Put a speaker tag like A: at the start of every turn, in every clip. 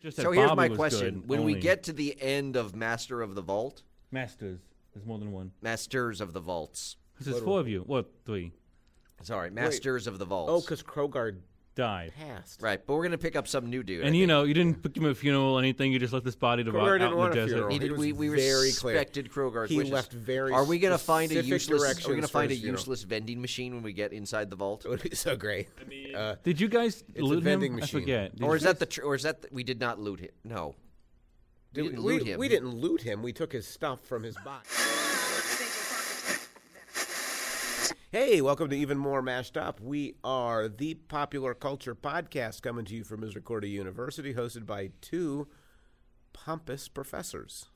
A: Just that
B: So here's
A: Bobby
B: my
A: was
B: question:
A: good
B: When we
A: only.
B: get to the end of Master of the Vault,
A: masters, there's more than one.
B: Masters of the Vaults,
A: Because there's four of you. What three?
B: sorry, Masters of the Vaults.
C: Oh, because Krogard
A: Died.
C: passed.
B: right. But we're gonna pick up some new dude.
A: And
B: I
A: you
B: think.
A: know, you didn't put him a funeral or anything. You just left this body to
C: Krogard
A: rot out
C: didn't
A: in the
C: want a
A: desert.
C: funeral.
B: He
C: He
B: did-
C: was
B: we we
C: very clear.
B: respected Krogar's
C: He
B: wishes.
C: left very
B: Are we gonna find a
C: specific
B: useless? Are we gonna
C: directions for
B: find a
C: his funeral.
B: useless vending machine when we get inside the vault?
C: It would be so great. uh,
A: Did you guys
C: a
A: loot
C: vending
A: him?
C: machine.
A: I forget. Did
B: Or
A: you
B: is that the? Tr- or is that the, we did not loot him? No, we
C: did-
B: didn't
C: we,
B: loot him.
C: we didn't loot him. We took his stuff from his box. Hey, welcome to Even More Mashed Up. We are the popular culture podcast coming to you from Misericordia University, hosted by two pompous professors.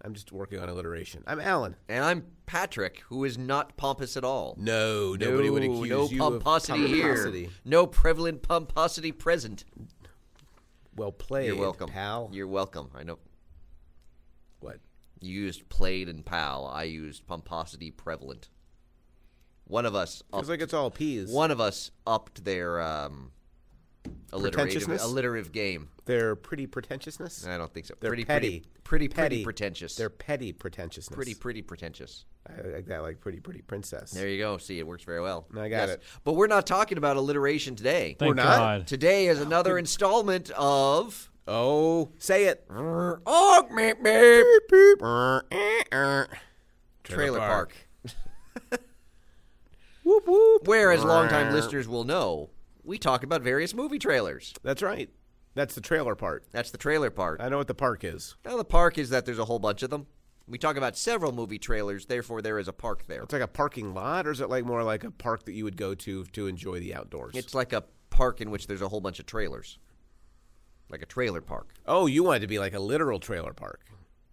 C: I'm just working on alliteration. I'm Alan.
B: And I'm Patrick, who is not pompous at all.
C: No, nobody would
B: No,
C: accuse
B: no
C: you
B: pomposity,
C: of
B: here. No prevalent pomposity present.
C: Well played,
B: You're welcome,
C: pal.
B: You're welcome. I know
C: what?
B: you used played and pal. I used pomposity prevalent. One of us,
C: Feels
B: upped,
C: like it's all peas.
B: one of us upped their um, alliterative,
C: Pretentiousness?
B: alliterative game.
C: They're pretty pretentiousness.
B: I don't think so.
C: They're
B: pretty,
C: petty.
B: pretty, pretty,
C: Petty.
B: pretty pretentious.
C: They're petty pretentiousness.
B: pretty, pretty pretentious.
C: I like that, like pretty pretty princess.
B: There you go. See, it works very well.
C: I got it.
B: But we're not talking about alliteration today.
A: Thank
C: We're not?
A: God.
B: Today is another installment of
C: Oh, say it.
B: Augment Beep
C: Trailer,
B: Trailer Park.
C: Whoop whoop.
B: Where, as longtime listeners will know, we talk about various movie trailers.
C: That's right. That's the trailer part.
B: That's the trailer part.
C: I know what the park is.
B: Now, the park is that there's a whole bunch of them. We talk about several movie trailers, therefore, there is a park there.
C: It's like a parking lot, or is it like more like a park that you would go to to enjoy the outdoors?
B: It's like a park in which there's a whole bunch of trailers, like a trailer park.
C: oh, you want it to be like a literal trailer park.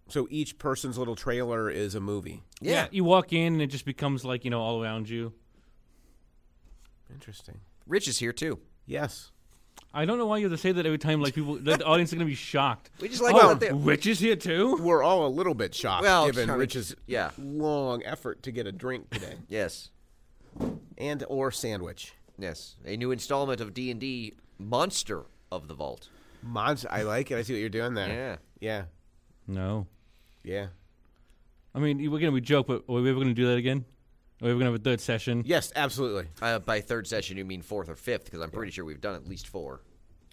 C: So each person's little trailer is a movie.
B: Yeah.
A: You walk in and it just becomes like you know all around you.
C: Interesting.
B: Rich is here, too.
C: Yes.
A: I don't know why you have to say that every time. Like people, the audience is gonna be shocked.
B: We just like
A: oh,
B: that they-
A: Rich is here too.
C: We're all a little bit shocked
B: Well,
C: given
B: sorry.
C: Rich's
B: Yeah.
C: long effort to get a drink today
B: Yes.
C: and or sandwich.
B: Yes. A new installment of D&D Monster of the Vault.
C: Mods, I like it. I see what you're doing there. Yeah.
A: No,
C: Yeah. Yeah.
A: I mean we're gonna be joke, but are we ever gonna do that again? Are we ever gonna have a third session?
C: Yes, absolutely.
B: Uh, by third session, you mean fourth or fifth, because I'm pretty sure we've done at least four.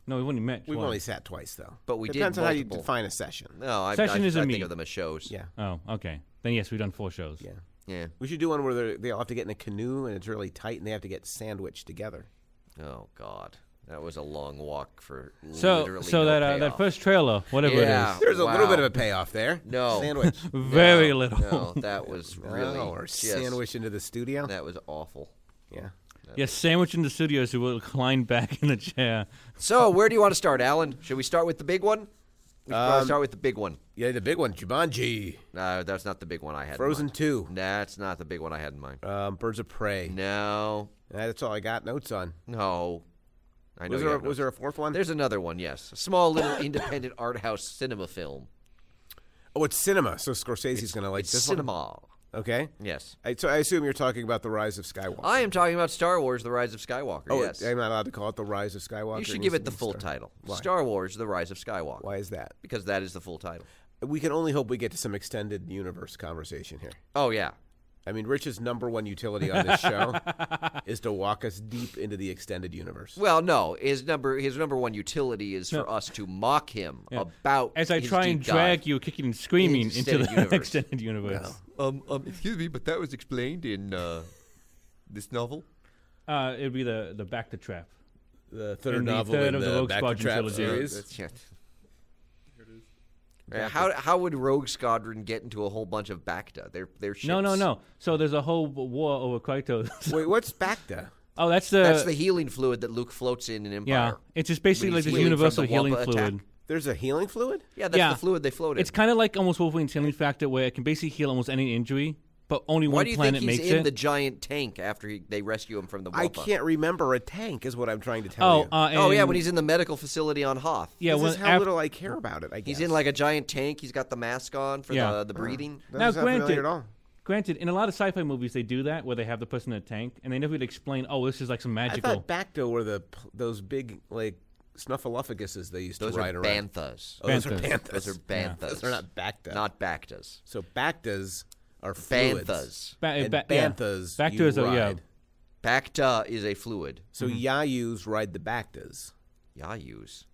A: No, we've only met.
C: We've
A: twice.
C: only sat twice though.
B: But we did
C: Depends on how
B: multiple.
C: you define a session.
B: No, I,
A: Session
B: I,
A: is a
B: I think
A: meet.
B: of them as shows.
C: Yeah.
A: Oh, okay. Then yes, we've done four shows.
C: Yeah.
B: Yeah.
C: We should do one where they're- they all have to get in a canoe and it's really tight and they have to get sandwiched together.
B: Oh God, that was a long walk for
A: So,
B: literally
A: so
B: no
A: that uh, that
B: payoff.
A: first trailer, whatever
B: Yeah.
A: it
C: There's a little
B: Wow.
C: bit of a payoff there.
B: No.
C: Sandwich.
A: is, very
B: No,
A: little.
B: Oh, No, that was really
C: Oh, or
B: just-
C: sandwich into the studio.
B: That was awful.
C: Yeah.
A: Yes, sandwich in the studio so we'll recline back in the chair.
B: So where do you want to start, Alan? Should we start with the big one? We should
C: Um,
B: probably start with the big one.
C: Yeah, the big one, Jumanji.
B: No, that's not the big one I had.
C: Frozen
B: In
C: two.
B: mind. That's not the big one I had in mind.
C: Um, Birds of Prey.
B: No,
C: That's all I got notes on.
B: no. I know.
C: Was
B: you
C: there,
B: have
C: was
B: notes.
C: there a fourth one?
B: There's another one. Yes, a small little independent art house cinema film.
C: oh, it's cinema. So Scorsese's going to Oh, like
B: It's
C: this one.
B: cinema.
C: Okay.
B: Yes.
C: I, so I assume you're talking about the rise of Skywalker.
B: I am talking about Star Wars: The Rise of Skywalker.
C: oh,
B: yes.
C: I'm not allowed to call it the rise of Skywalker.
B: You should
C: needs
B: give
C: to
B: it the
C: be
B: full
C: Star-
B: title
C: Why?
B: Star Wars The Rise of Skywalker.
C: Why is that?
B: Because that is the full title.
C: We can only hope we get to some extended universe conversation here.
B: Oh, yeah.
C: I mean, Rich's number one utility on this show is to walk us deep into the extended universe.
B: Well, no. His number his number one utility is for us to mock him about
A: As I
B: his
A: try
B: deep
A: and drag
B: dive.
A: you kicking and screaming into
B: Extended
A: the
B: universe.
A: extended universe.
D: Um, um, excuse me, but that was explained in uh, this novel.
A: Uh, it'd be the, the Back to Trap.
C: The third
A: In the
C: novel
A: third
C: in
A: of
C: the,
A: the Rogue
C: Back to
A: Squadron
C: Trap
A: trilogy.
C: series.
B: Uh, That's- yeah. Yeah, how how would Rogue Squadron get into a whole bunch of Bacta? They're they're ships.
A: No, no, no. So there's a whole w- war over Kratos.
C: Wait, what's Bacta?
A: oh, that's the.
B: That's the healing fluid that Luke floats in in Empire.
A: yeah. It's just basically
B: When
A: like
B: he's
A: this
B: healing from
A: universal
B: the
A: healing
B: Wampa
A: fluid.
B: attack.
C: There's a healing fluid?
B: Yeah, that's
A: Yeah.
B: the fluid they float in.
A: It's kind of like almost Wolverine's healing factor where it can basically heal almost any injury, but only
B: Why
A: one
B: do you think
A: planet
B: he's
A: makes
B: in
A: it.
B: the giant tank after he, they rescue him from the
C: I
B: Wampa?
C: can't remember a tank, is what I'm trying to tell
A: oh,
C: you.
A: uh,
B: Oh yeah,
A: and-
B: when he's in the medical facility on Hoth.
A: yeah,
C: this
A: when
C: is how
A: af-
C: little I care about it, I guess.
B: He's in like a giant tank. He's got the mask on for
A: Yeah.
B: the, the breathing.
C: Doesn't
A: Now,
C: sound familiar
A: granted-
C: at all.
A: Granted, in a lot of sci-fi movies, they do that where they have the person in a tank, and they never really explain. Oh, this is like some
C: I
A: magical.
C: thought Bacta were the p- those big like snuffleupagus as they used
B: Those
C: to ride
B: are
C: around.
B: banthas.
C: Oh, those are
A: Banthas.
C: banthas.
B: Those are
A: Yeah.
B: banthas.
C: Those are not bacta.
B: Not bactas.
C: so bactas are fluids.
B: Banthas.
A: Ba-
C: and
A: ba- yeah.
C: banthas.
A: Back
C: you
A: to us, uh, yeah. Mm-hmm.
C: ride.
B: Bacta is a fluid.
C: So Yayus ride the Bactas.
B: Yayus.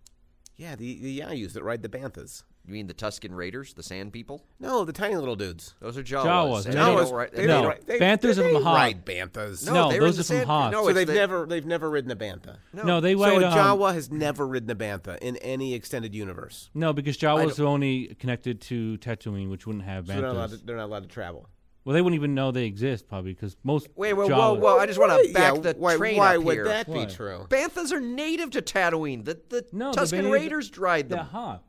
C: Yeah, the, the Yayus that ride the Banthas.
B: You mean the Tuscan Raiders, the Sand People?
C: No, the tiny little dudes.
B: Those are Jawas.
A: Jawas,
B: and
A: no,
B: they
A: no,
B: don't ri-
A: they
B: and
A: no.
C: don't
B: don't-
C: ri- they,
A: Banthas
C: they
A: are from
C: don't
A: Hod.
C: ride Banthas.
A: No,
B: they were in
A: those
B: the
A: are from
B: sand-
A: Hoth.
B: No,
C: so
B: it's
C: they've
B: the-
C: never they've never ridden a Bantha.
B: No,
A: No, they
C: So
A: ride.
C: a
A: um,
C: Jawa has never ridden a Bantha in any extended universe.
A: No, because Jawas are only connected to Tatooine, which wouldn't have
C: So they're not, allowed
A: Banthas.
C: to, they're not allowed to travel.
A: well, they wouldn't even know they exist probably because most
B: Wait, wait, whoa,
A: Jawas.
B: whoa! I just want to back
C: yeah,
B: the
C: why,
B: train
C: why
B: up
C: would
B: here.
C: that be
A: Why?
C: true?
B: Banthas are native to Tatooine. The, the
A: No, the
B: Tuscan
A: Banthas-
B: Raiders dried
A: The
B: them.
A: Hoth.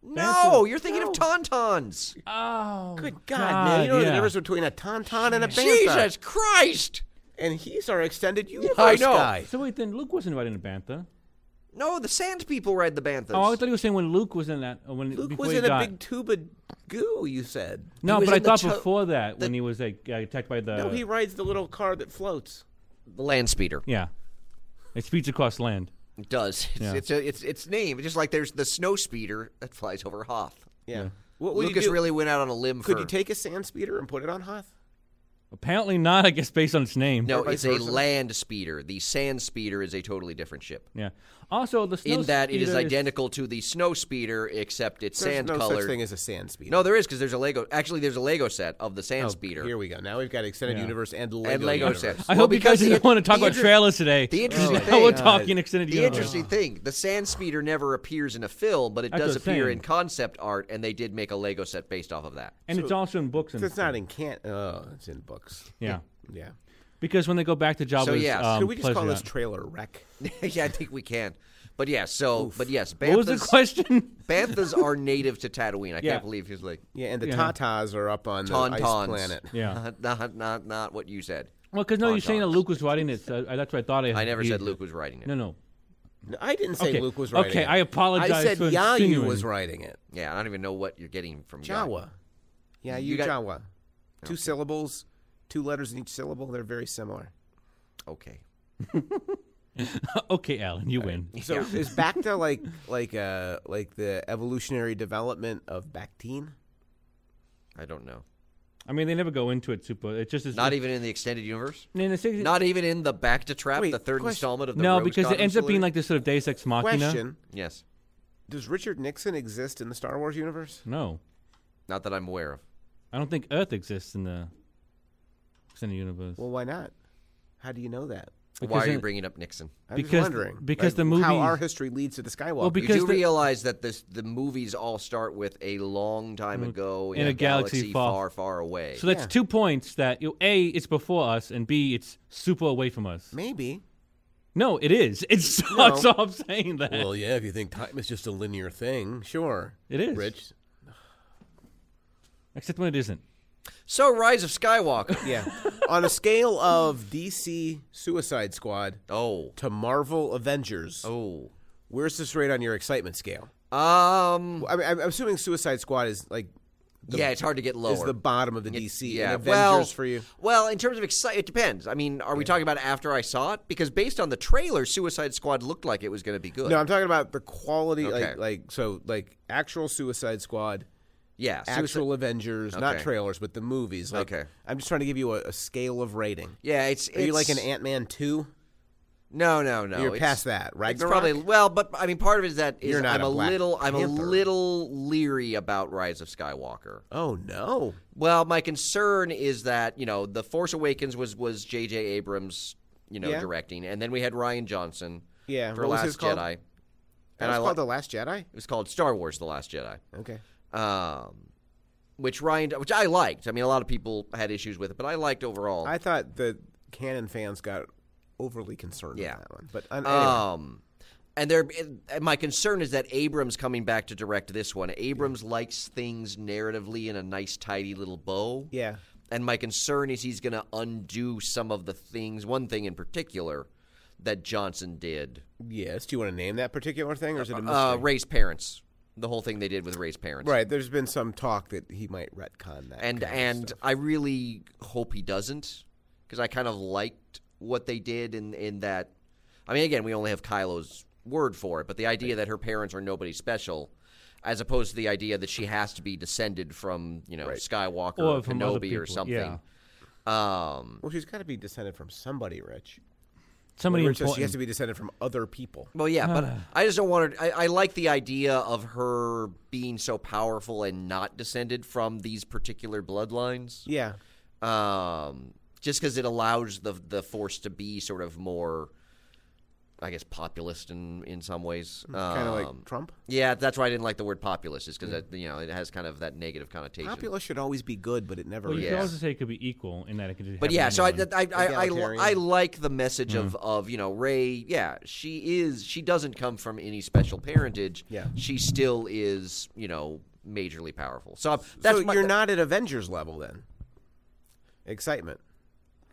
B: no, you're thinking of Tauntauns.
A: Oh,
C: Good God, man! You know the
A: yeah.
C: difference between a tauntaun and a bantha,
B: Jesus Christ!
C: and he's our extended universe
B: know.
C: guy.
A: So wait, then Luke wasn't riding a bantha.
B: No, the Sand People ride the Banthas.
A: Oh, I thought he was saying when Luke was in that. uh, When
C: Luke
A: before
C: was
A: he
C: in a
A: died.
C: big tube of goo. You said
A: No,
B: was
A: but I
B: in the
A: thought
B: cho-
A: before that
B: the-
A: when he was like uh, attacked by the.
C: no. He rides the little car that floats.
B: the Land Speeder
A: yeah, it speeds across land.
B: it does. It's
A: Yeah.
B: it's, a, it's it's name. It's just like there's the Snow Speeder that flies over Hoth.
C: Yeah. What would
B: Lucas
C: you do?
B: really went out on a limb
C: Could
B: for.
C: you take a sand speeder and put it on Hoth?
A: Apparently not. I guess based on its name.
B: no,
C: or vice
B: it's a
C: versa?
B: Land Speeder. The Sand Speeder is a totally different ship.
A: Yeah. Also, the snow
B: in that it is
A: speeder
B: identical to the Snow Speeder, except it's
C: There's
B: sand
C: no
B: colored.
C: such thing as a sand speeder. Oh,
B: No, there is because there's a Lego. Actually, there's a Lego set of the
A: Oh,
B: Sand Speeder.
C: Here we go. Now we've got extended
A: Yeah.
C: universe and Lego,
B: and Lego
C: universe.
B: sets.
A: I
B: Well,
A: hope you guys
B: because
A: didn't
B: the-
A: want to talk
B: the
A: about
B: inter-
A: trailers today. Oh.
B: The interesting
A: now
B: thing,
A: we're talking extended
B: the
A: universe.
B: interesting thing, the Sand Speeder never appears in a film, but it
A: That's
B: does
A: what I'm
B: appear
A: saying.
B: in concept art, and they did make a Lego set based off of that.
A: and it's also in books. And
C: It's not in can. Oh, it's in books.
A: Yeah.
C: Yeah.
A: Because when they go back to Jabba's,
B: So, yes.
A: um,
C: Could we just call
A: pleasure
C: this
A: island-
C: trailer wreck?
B: yeah, I think we can. But yeah, so but yes,
A: What was the
B: Banthas,
A: question?
B: Banthas are native to Tatooine. I
A: Yeah.
B: can't believe he's like
C: Yeah, and the
A: Yeah.
C: Tatas are up on the
B: Tauntauns.
C: ice planet.
A: Yeah.
B: not not not what you said.
A: Well, because no, you're saying that
B: Tauntauns.
A: Luke was writing it. So I- that's what I thought. I,
B: Oh, I never
A: he-
B: said Luke was writing it.
A: No, no.
C: No, I didn't say
A: Okay.
C: Luke was writing
A: okay,
C: it.
A: I apologize.
C: I said
A: for
C: Yayu was
A: insinuating.
C: writing it.
B: Yeah, I don't even know what you're getting from Yahoo.
C: Jawa. Yayu
B: You got-
C: Jawa. Two syllables, two letters in each syllable. They're very similar.
B: Okay.
A: okay, Alan, you win.
C: So
B: Yeah.
C: is Bacta like like uh like the evolutionary development of Bactine?
B: I don't know.
A: I mean, they never go into it super. It just is
B: Not even in the extended universe.
A: In the 60s
B: Not even in the Back to Trap,
C: Wait,
B: the third
C: question.
B: installment of the
A: no,
B: Rose
A: because it
B: Gotham
A: ends up being
B: Saloon?
A: like this sort of Deus Ex Machina.
C: Question:
B: yes,
C: Does Richard Nixon exist in the Star Wars universe?
A: No,
B: not that I'm aware of.
A: I don't think Earth exists in the extended universe.
C: Well, why not? How do you know that?
B: Why
A: Because
B: are you
A: in-
B: bringing up Nixon?
C: I'm
A: Because-
C: just wondering
A: because the
C: how
A: movie-
C: our history leads to the Skywalker.
A: Well,
B: You
A: because
B: do
A: the-
B: realize that this the movies all start with a long time ago
A: Mm, In a galaxy far-
B: far, far, away.
A: so that's two points that you know, a it's before us and b it's super away from us.
C: maybe.
A: No, it is. It's
C: No.
A: that's all I'm saying. That
C: Well, yeah. If you think time is just a linear thing, sure,
A: It is.
C: Rich,
A: except when it isn't.
B: So Rise of Skywalker.
C: yeah. On a scale of DC Suicide Squad
B: oh,
C: to Marvel Avengers,
B: oh.
C: where's this rate on your excitement scale?
B: Um.
C: I mean, I'm I'm assuming Suicide Squad is like
B: yeah, it's hard to get lower.
C: is the bottom of the DC.
B: yeah.
C: and Avengers
B: well,
C: for you.
B: Well, in terms of excitement, it depends. I mean, are we talking about after I saw it? Because based on the trailer, Suicide Squad looked like it was going to be good.
C: No, I'm talking about the quality,
B: Okay.
C: like, like so, like actual Suicide Squad,
B: yeah, Suicide-
C: actual Avengers, not
B: Okay.
C: trailers, but the movies. Like,
B: Okay.
C: I'm just trying to give you a, a scale of rating.
B: Yeah, it's.
C: Are you like an
B: it's-
C: Ant Man two?
B: No, no, no.
C: You're
B: it's-
C: past that.
B: It's
C: Ragnarok.
B: probably well, but I mean, part of it is that is
C: You're not
B: I'm
C: a
B: a,
C: Black
B: little I'm a
C: Panther.
B: little leery about Rise of Skywalker.
C: Oh no!
B: Well, my concern is that you know the Force Awakens was was J.J. Abrams you know
C: Yeah.
B: directing, and then we had Ryan Johnson
C: Yeah,
B: for
C: what was
B: Last
C: his
B: Jedi.
C: called?
B: And
C: That was
B: I
C: called
B: like
C: the Last Jedi.
B: it was called Star Wars: The Last Jedi,
C: Okay.
B: um, which Ryan which I liked. I mean, a lot of people had issues with it, but I liked overall.
C: I thought the canon fans got overly concerned
B: Yeah.
C: with that one, but uh, anyway,
B: Um, and there, and my concern is that Abrams coming back to direct this one. Abrams likes things narratively in a nice, tidy little bow.
C: yeah.
B: And my concern is he's going to undo some of the things. One thing in particular that Johnson did:
C: Yes. Do you want to name that particular thing, or is it a mystery?
B: uh, raise parents. The whole thing they did with raise parents.
C: right. There's been some talk that he might retcon that.
B: And
C: kind of
B: and
C: stuff.
B: I really hope he doesn't, because I kind of liked what they did in in that. I mean, again, we only have Kylo's word for it, but the idea that her parents are nobody special, as opposed to the idea that she has to be descended from you know Skywalker or,
A: Or from other
B: Kenobi or
A: people,
B: something. Um,
C: Well, she's got to be descended from somebody rich.
A: Somebody
C: Or just- she has
A: important.
C: to be descended from other people.
B: well, yeah, but
A: Ah.
B: I just don't want her. I, I like the idea of her being so powerful and not descended from these particular bloodlines.
C: Yeah.
B: um, just because it allows the the force to be sort of more, I guess, populist in in some ways.
C: Kind
B: Um,
C: of Mm, like Trump. Mm.
B: yeah, that's why I didn't like the word populist, is because you know it has kind of that negative connotation.
C: Populist should always be good, but it never
A: Well, you
C: is.
A: could
B: Yeah.
A: also say it could be equal in that it could. Just
B: but
A: happen
B: yeah,
A: to
B: so I,
A: anyone.
B: I, I, I, I,
C: Egalitarian.
B: I like the message of, of you know Ray. Yeah, she is. She doesn't come from any special parentage.
C: Yeah.
B: she still is. You know, majorly powerful. So I'm- that's
C: So
B: my,
C: you're not at Avengers level then. Excitement.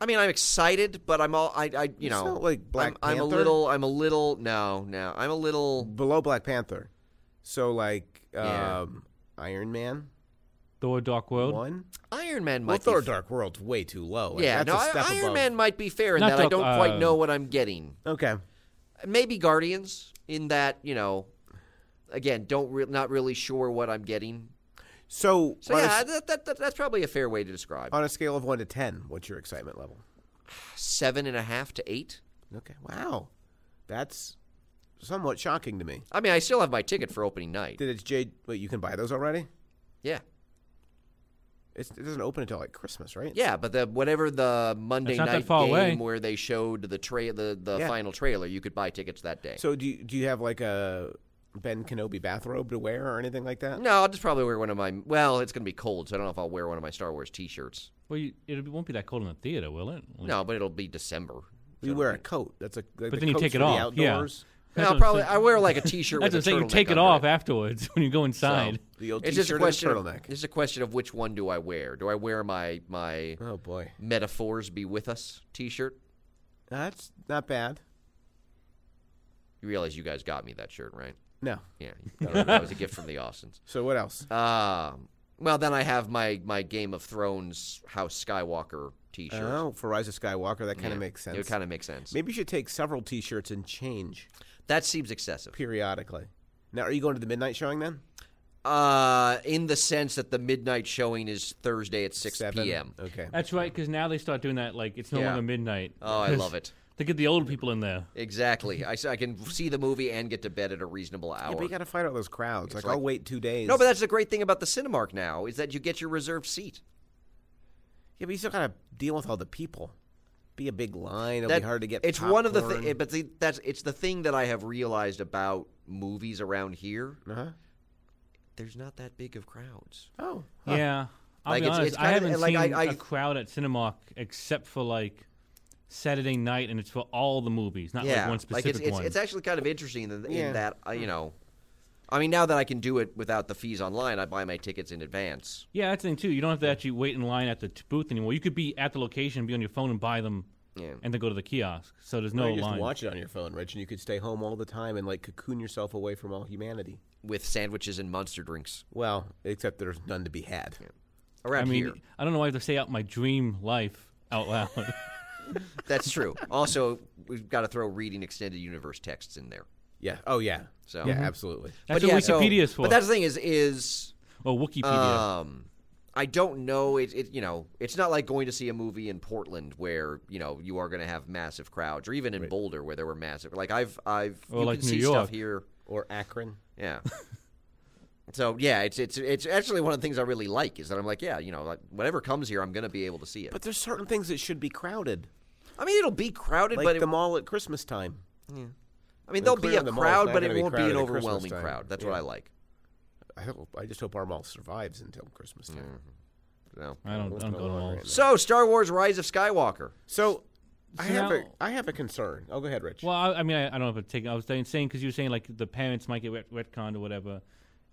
B: I mean, I'm excited, but I'm all I, I you
C: It's
B: know,
C: not like Black
B: I'm, I'm a
C: Panther.
B: little, I'm a little, no, no, I'm a little.
C: Below Black Panther. So like
B: Yeah.
C: um, Iron Man
A: Thor: Dark World.
C: one.
B: Iron Man
C: Well,
B: might
C: Thor:
B: be.
C: Dark World's way too low. Like,
B: yeah,
C: that's
B: no,
C: a
B: I-
C: step
B: Iron
C: above.
B: Man might be fair in
A: Not
B: that I
A: Dark-
B: don't quite
A: uh,
B: know what I'm getting.
C: Okay.
B: Maybe Guardians in that you know, again, don't re- not really sure what I'm getting.
C: So,
B: So
C: on,
B: yeah,
C: a, s-
B: that, that, that, that's probably a fair way to describe.
C: on a scale of one to ten, what's your excitement level?
B: Seven and a half to eight.
C: Okay. Wow, that's somewhat shocking to me.
B: I mean, I still have my ticket for opening night.
C: Did it's Jade? Wait, you can buy those already?
B: Yeah,
C: It's, it doesn't open until like Christmas, right?
B: yeah, but the whatever the Monday
A: It's not that
B: night game
A: far away.
B: where they showed the tra- the, the
C: Yeah.
B: final trailer, you could buy tickets that day.
C: So do you, do you have like a Ben Kenobi bathrobe to wear or anything like that?
B: No, I'll just probably wear one of my. Well, it's going to be cold, so I don't know if I'll wear one of my Star Wars T-shirts.
A: Well, you, it won't be that cold in the theater, will it? Like-
B: No, but it'll be December.
C: You wear a coat. That's a like the
A: But then you
C: coats
A: take
C: for
A: it
C: the
A: off.
C: Outdoors.
A: Yeah.
B: No, I'll
A: what I'm
B: probably
A: saying.
B: I wear like a T-shirt.
A: That's
B: with
A: what
B: a
A: I'm saying. You
B: turtleneck
A: take it
B: under
A: off afterwards when you go inside.
C: The old
B: It's
C: T-shirt
B: just a
C: and
B: question. Of,
C: turtleneck.
B: It's a question of which one do I wear? Do I wear my my
C: Oh boy,
B: metaphors be with us T-shirt?
C: that's not bad.
B: You realize you guys got me that shirt, right?
C: No.
B: Yeah, that was a gift from the Austins.
C: So what else?
B: Um, well, then I have my my Game of Thrones House Skywalker T-shirt.
C: Oh, for Rise of Skywalker, that kind of makes sense.
B: It kind of makes sense.
C: Maybe you should take several T-shirts and change
B: That seems excessive.
C: periodically. Now, are you going to the midnight showing then?
B: Uh, in the sense that the midnight showing is Thursday at 6
C: Seven?
B: p.m.
C: Okay.
A: That's right, because now they start doing that. Like it's no
B: Yeah.
A: longer midnight.
B: Oh, I
A: 'Cause
B: love it.
A: They get the old people in there.
B: Exactly. I, s- I can see the movie and get to bed at a reasonable
C: Yeah,
B: hour.
C: but you got to fight out those crowds. Like, I'll
B: like-
C: wait two days.
B: no, but that's the great thing about the Cinemark now is that you get your reserved seat.
C: yeah, but you still got to deal with all the people. Be a big line. It'll
B: That-
C: be hard to get.
B: It's one of the
C: popcorn.
B: things, but the, that's it's the thing that I have realized about movies around here.
C: Uh-huh.
B: There's not that big of crowds.
C: Oh,
A: Yeah, I'll
B: Like,
A: be
B: it's-
A: honest.
B: it's
A: I
B: kinda-
A: haven't
B: like, I-
A: seen a
B: I-
A: crowd at Cinemark except for like Saturday night, and it's for all the movies, not
B: yeah,
A: like one specific
B: it's, it's,
A: one.
B: it's actually kind of interesting in, in
C: Yeah. Hmm.
B: that uh, you know, I mean, now that I can do it without the fees online, I buy my tickets in advance.
A: yeah, that's the thing too. You don't have to actually wait in line at the t- booth anymore. You could be at the location, be on your phone, and buy them,
B: Yeah.
A: and then go to the kiosk. So there's
C: Or
A: no
C: you just
A: line.
C: watch it on your phone, Rich, and you could stay home all the time and like cocoon yourself away from all humanity.
B: with sandwiches and monster drinks
C: Well, except there's none to be had.
B: around
A: I mean,
B: here.
A: I don't know why I have to say out my dream life out loud.
B: That's true. also, we've got to throw reading extended universe texts in there.
C: Yeah. Oh yeah.
B: So-
C: yeah,
B: Mhm.
C: absolutely.
A: That's
B: but
A: what
B: yeah, so-
A: Wikipedia is for.
B: But that's the thing is is
A: or Wikipedia.
B: um, I don't know. It, it you know it's not like going to see a movie in Portland where you know you are going to have massive crowds, or even in Boulder where there were massive. Like I've I've
A: Or
B: you
A: like
B: can
A: New
B: see
A: York.
B: stuff here.
C: Or Akron.
B: Yeah. So yeah, it's it's it's actually one of the things I really like is that I'm like yeah you know like, whatever comes here I'm gonna be able to see it.
C: But there's certain things that should be crowded,
B: I mean it'll be crowded,
C: like
B: but it,
C: the mall at Christmas time.
B: I mean
C: Well,
B: there'll be
C: clear
B: a
C: the mall's
B: crowd,
C: not
B: but
C: gonna
B: it
C: be
B: won't be an
C: crowded at Christmas
B: overwhelming
C: time.
B: crowd. That's
C: Yeah.
B: what I like.
C: I hope. I just hope our mall survives until Christmas time.
B: No.
A: I don't, I
C: What's
A: Mm. don't go to
C: going on
A: malls.
C: right now?
B: So, Star Wars: Rise of Skywalker.
C: So, I
A: So
C: have a
A: now-
C: I have a concern. Oh, go ahead, Rich.
A: Well, I, I mean, I, I don't know if it's taken. I was saying because you were saying like the parents might get wet, retconned or whatever.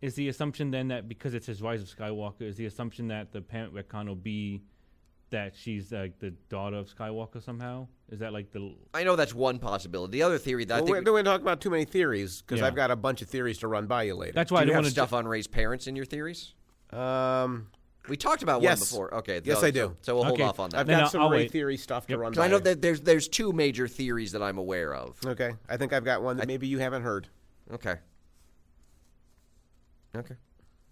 A: Is the assumption then that because it says Rise of Skywalker, is the assumption that the parent retcon will be that she's like the daughter of Skywalker somehow? Is that like the
B: I know that's one possibility. The other theory that
C: Well,
B: I
C: we
B: think
C: don't want to talk about too many theories because
A: Yeah.
C: I've got a bunch of theories to run by you later.
A: that's
B: do
A: why
B: you
A: I
B: have
A: don't want
B: stuff on Ray's parents in your theories.
C: Um,
B: We talked about
C: Yes.
B: one before. Okay.
C: Yes,
B: so-
C: I do.
B: So we'll
A: Okay.
B: hold off on that.
C: I've
A: No,
C: got
A: no,
C: some
A: I'll
C: Ray
A: wait.
C: theory stuff to
A: Yep.
C: run
B: 'Cause
C: by.
B: I know
C: you.
B: that there's there's two major theories that I'm aware of.
C: Okay, I think I've got one that maybe you haven't heard.
B: Okay. Okay.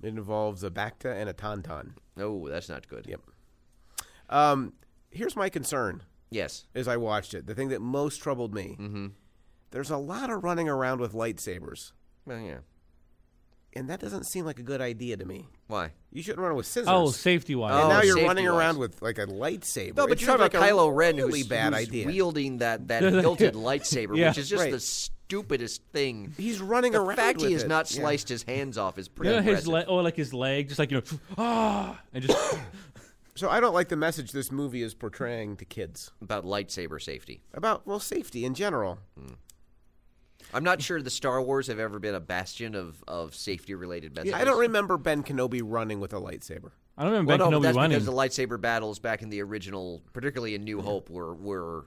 C: It involves a Bacta and a Tauntaun.
B: No, Oh, that's not good.
C: Yep. Um, here's my concern
B: Yes.
C: as I watched it. The thing that most troubled me. Mm-hmm. There's a lot of running around with lightsabers,
B: Well, yeah.
C: and that doesn't seem like a good idea to me.
B: Why?
C: You shouldn't run with scissors.
A: Oh, safety
B: Oh,
C: and
A: wise.
C: now you're
B: safety
C: running
B: wise.
C: around with like a lightsaber.
B: No, but
C: It
B: you're
C: seems
B: talking about
C: like a
B: Kylo Ren, who's,
C: really bad
B: who's
C: idea.
B: wielding that that hilted lightsaber,
A: Yeah.
B: which is just
C: Right.
B: the stupidest thing.
C: He's running
B: the
C: around
B: fact
C: with
B: he has
C: it.
B: not
C: Yeah.
B: sliced his hands off is
A: You
B: pretty
A: know, his
B: impressive.
A: leg, or like his leg, just like you know, ah, and just
C: So I don't like the message this movie is portraying to kids
B: about lightsaber safety.
C: about well safety in general.
B: I'm not sure the Star Wars have ever been a bastion of, of safety related messages.
C: I don't remember Ben Kenobi running with a lightsaber.
A: I don't remember Ben
B: Well, no, but
A: Kenobi
B: that's
A: running.
B: because the lightsaber battles back in the original, particularly in New Hope, were were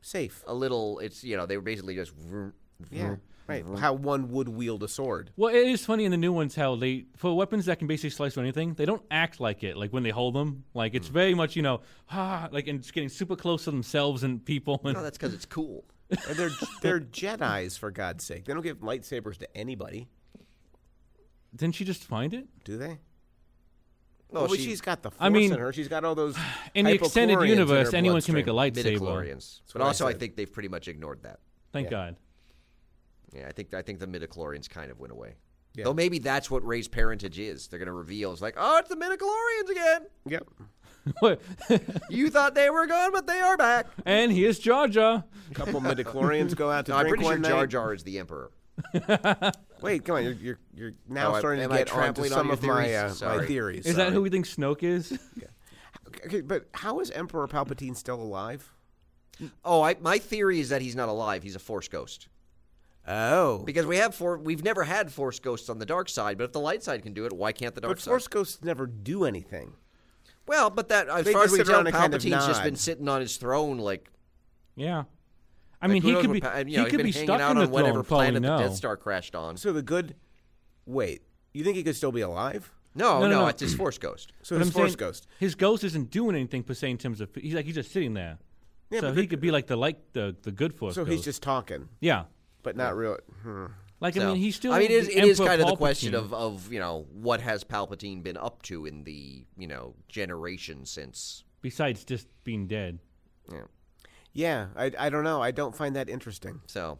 C: Safe.
B: a little. It's you know they were basically just. vroom,
C: Yeah.
B: vroom.
C: Right. How one would wield a sword.
A: Well, it is funny in the new ones how they for weapons that can basically slice through anything, they don't act like it. Like when they hold them, like
B: Hmm.
A: it's very much you know, ah, like and just getting super close to themselves and people. And
B: No, that's because it's cool.
C: And they're they're Jedi's for God's sake. They don't give lightsabers to anybody,
A: didn't she just find it
C: do they?
B: No,
C: well,
B: she-
C: she, has got the force
A: I mean,
C: in her. She's got all those.
A: in the extended
C: hypochlorians in
A: universe?
C: her
A: Anyone can make a lightsaber.
C: bloodstream.
B: midichlorians.
C: what
B: But
C: I
B: also, I
C: said.
B: think they've pretty much ignored that.
A: Thank
C: Yeah.
A: God.
B: Yeah, I think I think the midichlorians kind of went away.
C: Yeah.
B: Though maybe that's what Ray's parentage is. They're going to reveal it's like, oh, it's the midichlorians again.
C: Yep.
A: What?
B: You thought they were gone, but they are back.
A: and here's Jar Jar.
C: A couple midichlorians go out to
B: No, I'm pretty
C: drink
B: sure
C: one
B: Jar
C: night.
B: Jar is the emperor.
C: Wait, come on. You're you're, you're now
B: Oh, I-
C: starting
B: am
C: to
B: I
C: get onto
B: trampling on
C: some
B: your
C: of my
B: theories?
C: uh, my
B: Sorry.
C: theories.
A: Is that who we think Snoke is?
C: Okay, Okay, but how is Emperor Palpatine still alive?
B: Oh, I, my theory is that he's not alive. He's a force ghost.
C: Oh,
B: Because we have four, we've never had force ghosts on the dark side, but if the light side can do it, why can't the dark
C: but
B: side?
C: force ghosts never do anything.
B: well, but that as
C: They
B: far as
C: just
B: we
C: sit
B: tell,
C: around and kind of
B: Palpatine's just
C: nod.
B: been sitting on his throne, like
A: yeah. I
B: like,
A: mean,
B: who
A: he
B: knows
A: could
B: what
A: be
B: pa- you
A: he
B: know, he's
A: could
B: been
A: be
B: hanging
A: stuck
B: out
A: in the
B: on whatever
A: throne. Probably
B: planet
A: no.
B: the Death Star crashed on.
C: So the good. Wait, you think he could still be alive?
B: No,
A: No,
B: no,
A: no, no.
B: it's his force ghost.
C: So
A: But
C: his
A: I'm
C: force
A: saying
C: ghost.
A: His ghost isn't doing anything per se in terms of he's like he's just sitting there.
C: Yeah,
A: so
C: but
A: he
C: who-
A: could be like the like the the good force.
C: So
A: ghost.
C: he's just talking,
A: yeah.
C: but not real. Hmm.
A: Like I
B: So-
A: mean, he's still.
B: I mean, it is,
A: the
B: it is
A: Emperor
B: kind of the
A: Palpatine.
B: question of, of you know what has Palpatine been up to in the you know generation since.
A: besides just being dead.
B: Yeah.
C: Yeah, I, I don't know. I don't find that interesting.
B: So,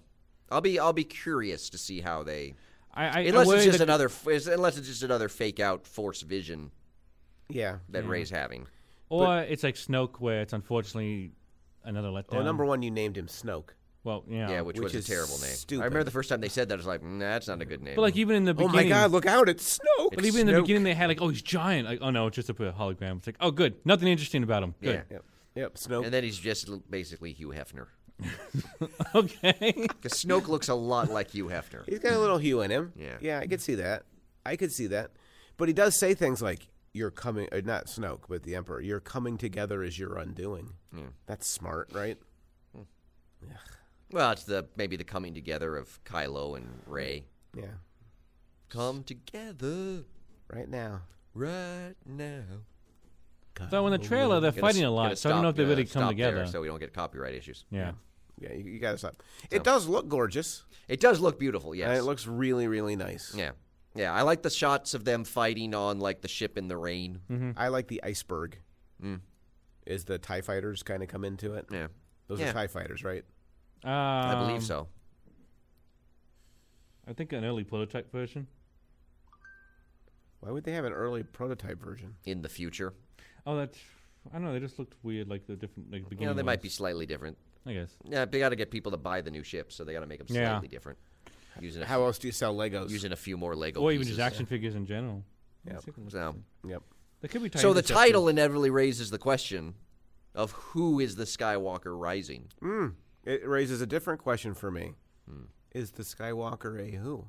B: I'll be I'll be curious to see how they
A: I, I I
B: unless
A: worry
B: it's just
A: that-
B: another f- is- unless it's just another fake out force vision
C: Yeah.
B: that Ray's having.
A: or it's like Snoke, where it's unfortunately another letdown.
C: Well, Oh, number one, you named him Snoke.
A: Well, yeah,
B: Yeah, which,
C: Which
B: was a
C: is
B: terrible name.
C: stupid.
B: I remember the first time they said that, I was like, mm, that's not a good name.
A: but like even in the beginning,
C: Oh my God! Look out! It's Snoke.
A: but even in the beginning, they had like, oh, he's giant. Like, oh no, it's just a hologram. It's like, oh, good, nothing interesting about him. Good.
B: Yeah.
C: Yep. Yep. Snoke.
B: and then he's just l- basically Hugh Hefner.
A: okay.
B: Because Snoke looks a lot like Hugh Hefner.
C: He's got a little hue in him.
B: Yeah.
C: Yeah, I could see that. I could see that. But he does say things like, you're coming, uh, not Snoke, but the Emperor, you're coming together as your undoing. That's smart, right?
B: Well, it's the maybe the coming together of Kylo and Ray.
C: Yeah.
B: Come together
C: Right now.
B: right now.
A: so in the trailer, they're
B: oh, Gonna
A: fighting
B: s-
A: a
B: gonna
A: lot, so I don't
B: stop-
A: know if they
B: gonna
A: really come
B: stop there
A: together.
B: so we don't get copyright issues.
A: yeah.
C: Yeah, you, you got to stop. It does look gorgeous.
B: It does look beautiful. Yes.
C: And it looks really, really nice.
B: yeah. Yeah, I like the shots of them fighting on like the ship in the rain.
C: I like the iceberg.
D: Mm.
C: Is the TIE fighters kind of come into it?
B: Yeah.
C: Those
B: Yeah.
C: are TIE fighters, right?
A: Um,
B: I believe so.
A: I think an early prototype version.
C: Why would they have an early prototype version?
B: In the future,
A: Oh, that's. I don't know. They just looked weird, like the different, like
B: you
A: beginning.
B: know, they might be
A: ones,
B: slightly different.
A: I guess.
B: Yeah, they got to get people to buy the new ships, so they got to make them slightly
A: Yeah.
B: different. Using a,
C: How else do you sell Legos?
B: using a few more Lego
A: Or even
B: pieces.
A: just action figures in general.
C: Yep.
B: So,
C: Yep.
A: There could be. tie
B: so the
A: interceptors.
B: title inevitably raises the question of who is the Skywalker rising?
C: It raises a different question for me.
D: Mm.
C: Is the Skywalker a who?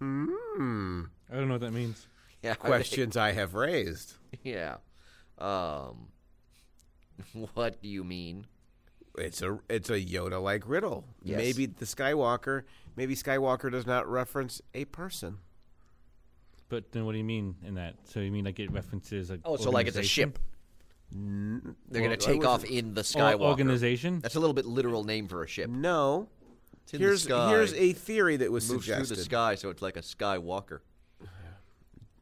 A: I don't know what that means.
B: Yeah, I think-
C: Questions I have raised.
B: Yeah. Um, what do you mean?
C: It's a it's a Yoda like riddle.
B: Yes.
C: Maybe the Skywalker, maybe Skywalker does not reference a person.
A: But then what do you mean in that? So you mean like it references like
B: Oh, so like it's a
A: organization?
B: ship. They're gonna
D: Well, I
B: take off
D: wasn't-
B: in the
A: Or
B: Skywalker.
A: organization?
B: That's a little bit literal name for a ship.
C: No.
D: It's in the
C: Here's
D: sky.
C: here's a theory that was
D: moves
C: suggested.
D: through the sky, so it's like a skywalker.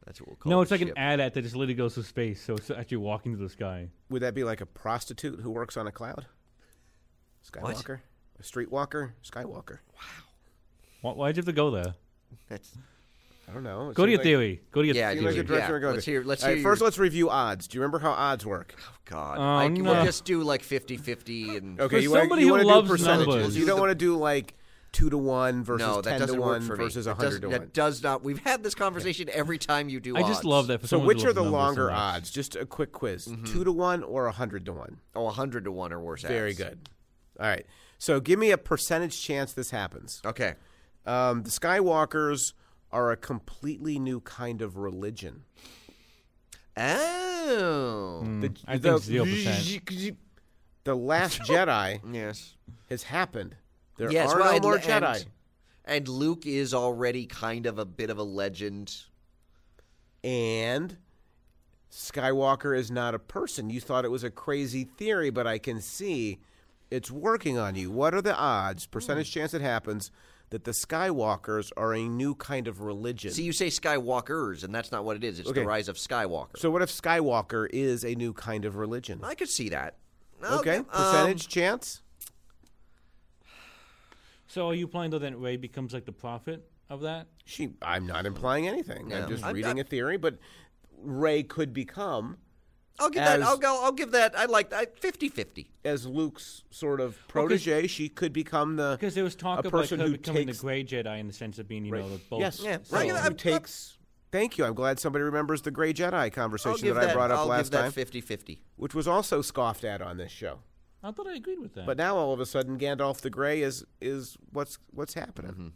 D: That's what we'll call.
A: No,
D: the
A: it's like an e-
D: ship.
A: ad ad that just literally goes to space. So it's actually walking to the sky.
C: Would that be like a prostitute who works on a cloud? Skywalker? A streetwalker? Skywalker.
A: Why, why'd you have to go there?
D: That's
C: I don't know. It
A: Go to
C: seemed
A: your
C: like-
A: theory. Go to your
B: Yeah,
C: seemed
A: theory.
C: like a
B: dude.
C: direction
B: Yeah,
C: we're going
B: let's
C: to.
B: hear- let's
C: All right,
B: hear
C: First,
B: your-
C: let's review odds. Do you remember how odds work?
B: Oh God.
A: Oh,
B: I,
A: no.
B: We'll just do like 50-50 and
C: Okay,
A: For
C: you wanna-
A: somebody
C: you
A: who
C: wanna
A: loves
C: do percentages.
A: numbers.
C: You don't want to do like two to one versus
B: no, that
C: ten to
B: doesn't work
C: one
B: for
C: versus
B: me.
C: a
B: That does,
C: hundred to one.
B: that does not. We've had this conversation every time you do.
A: I just
B: odds.
A: love that. For
C: So,
A: someone
C: which
A: who
C: are the
A: loves numbers so
C: longer
A: much.
C: odds? Just a quick quiz:
B: Mm-hmm.
C: two to one or a hundred to one?
B: Oh, hundred to one or worse.
C: Very
B: ads.
C: good. All right. So, give me a percentage chance this happens.
B: Okay.
C: Um, the Skywalkers are a completely new kind of religion.
B: Oh.
C: The,
A: Hmm. I
C: the,
A: think zero percent.
C: the Last Jedi
B: Yes.
C: has happened. There
B: yes.
C: are
B: well,
C: no
B: and,
C: more
B: and-
C: Jedi.
B: and Luke is already kind of a bit of a legend.
C: and Skywalker is not a person. You thought it was a crazy theory, but I can see it's working on you. What are the odds, percentage
B: Hmm.
C: chance it happens, that the Skywalkers are a new kind of religion?
B: See, you say Skywalkers, and that's not what it is. It's
C: Okay.
B: the rise of Skywalker.
C: so what if Skywalker is a new kind of religion?
B: I could see that.
C: Okay,
B: um,
C: percentage chance?
A: So are you implying though that Ray becomes like the prophet of that?
C: She, I'm not implying anything.
B: Yeah.
C: I'm just
B: I'm-
C: reading
B: I'm-
C: a theory, but Ray could become
B: I'll give that.
C: as-
B: I'll go. I'll give that. I like that. 50-50.
C: as Luke's sort of protege. She could become the
A: Because there was talk
C: a
A: about
C: person
A: her
C: who
A: becoming
C: takes
A: the Gray Jedi in the sense of being, you know, the both.
C: Yes.
B: Yeah,
C: So
B: right.
C: who
B: I'm-
C: takes? Thank you. I'm glad somebody remembers the Gray Jedi
B: I'll
C: conversation
B: give
C: that, I brought up
B: I'll
C: last
B: give that
C: time,
B: 50-50.
C: which was also scoffed at on this show.
A: I thought I agreed with that.
C: But now all of a sudden, Gandalf the Gray is is what's what's happening.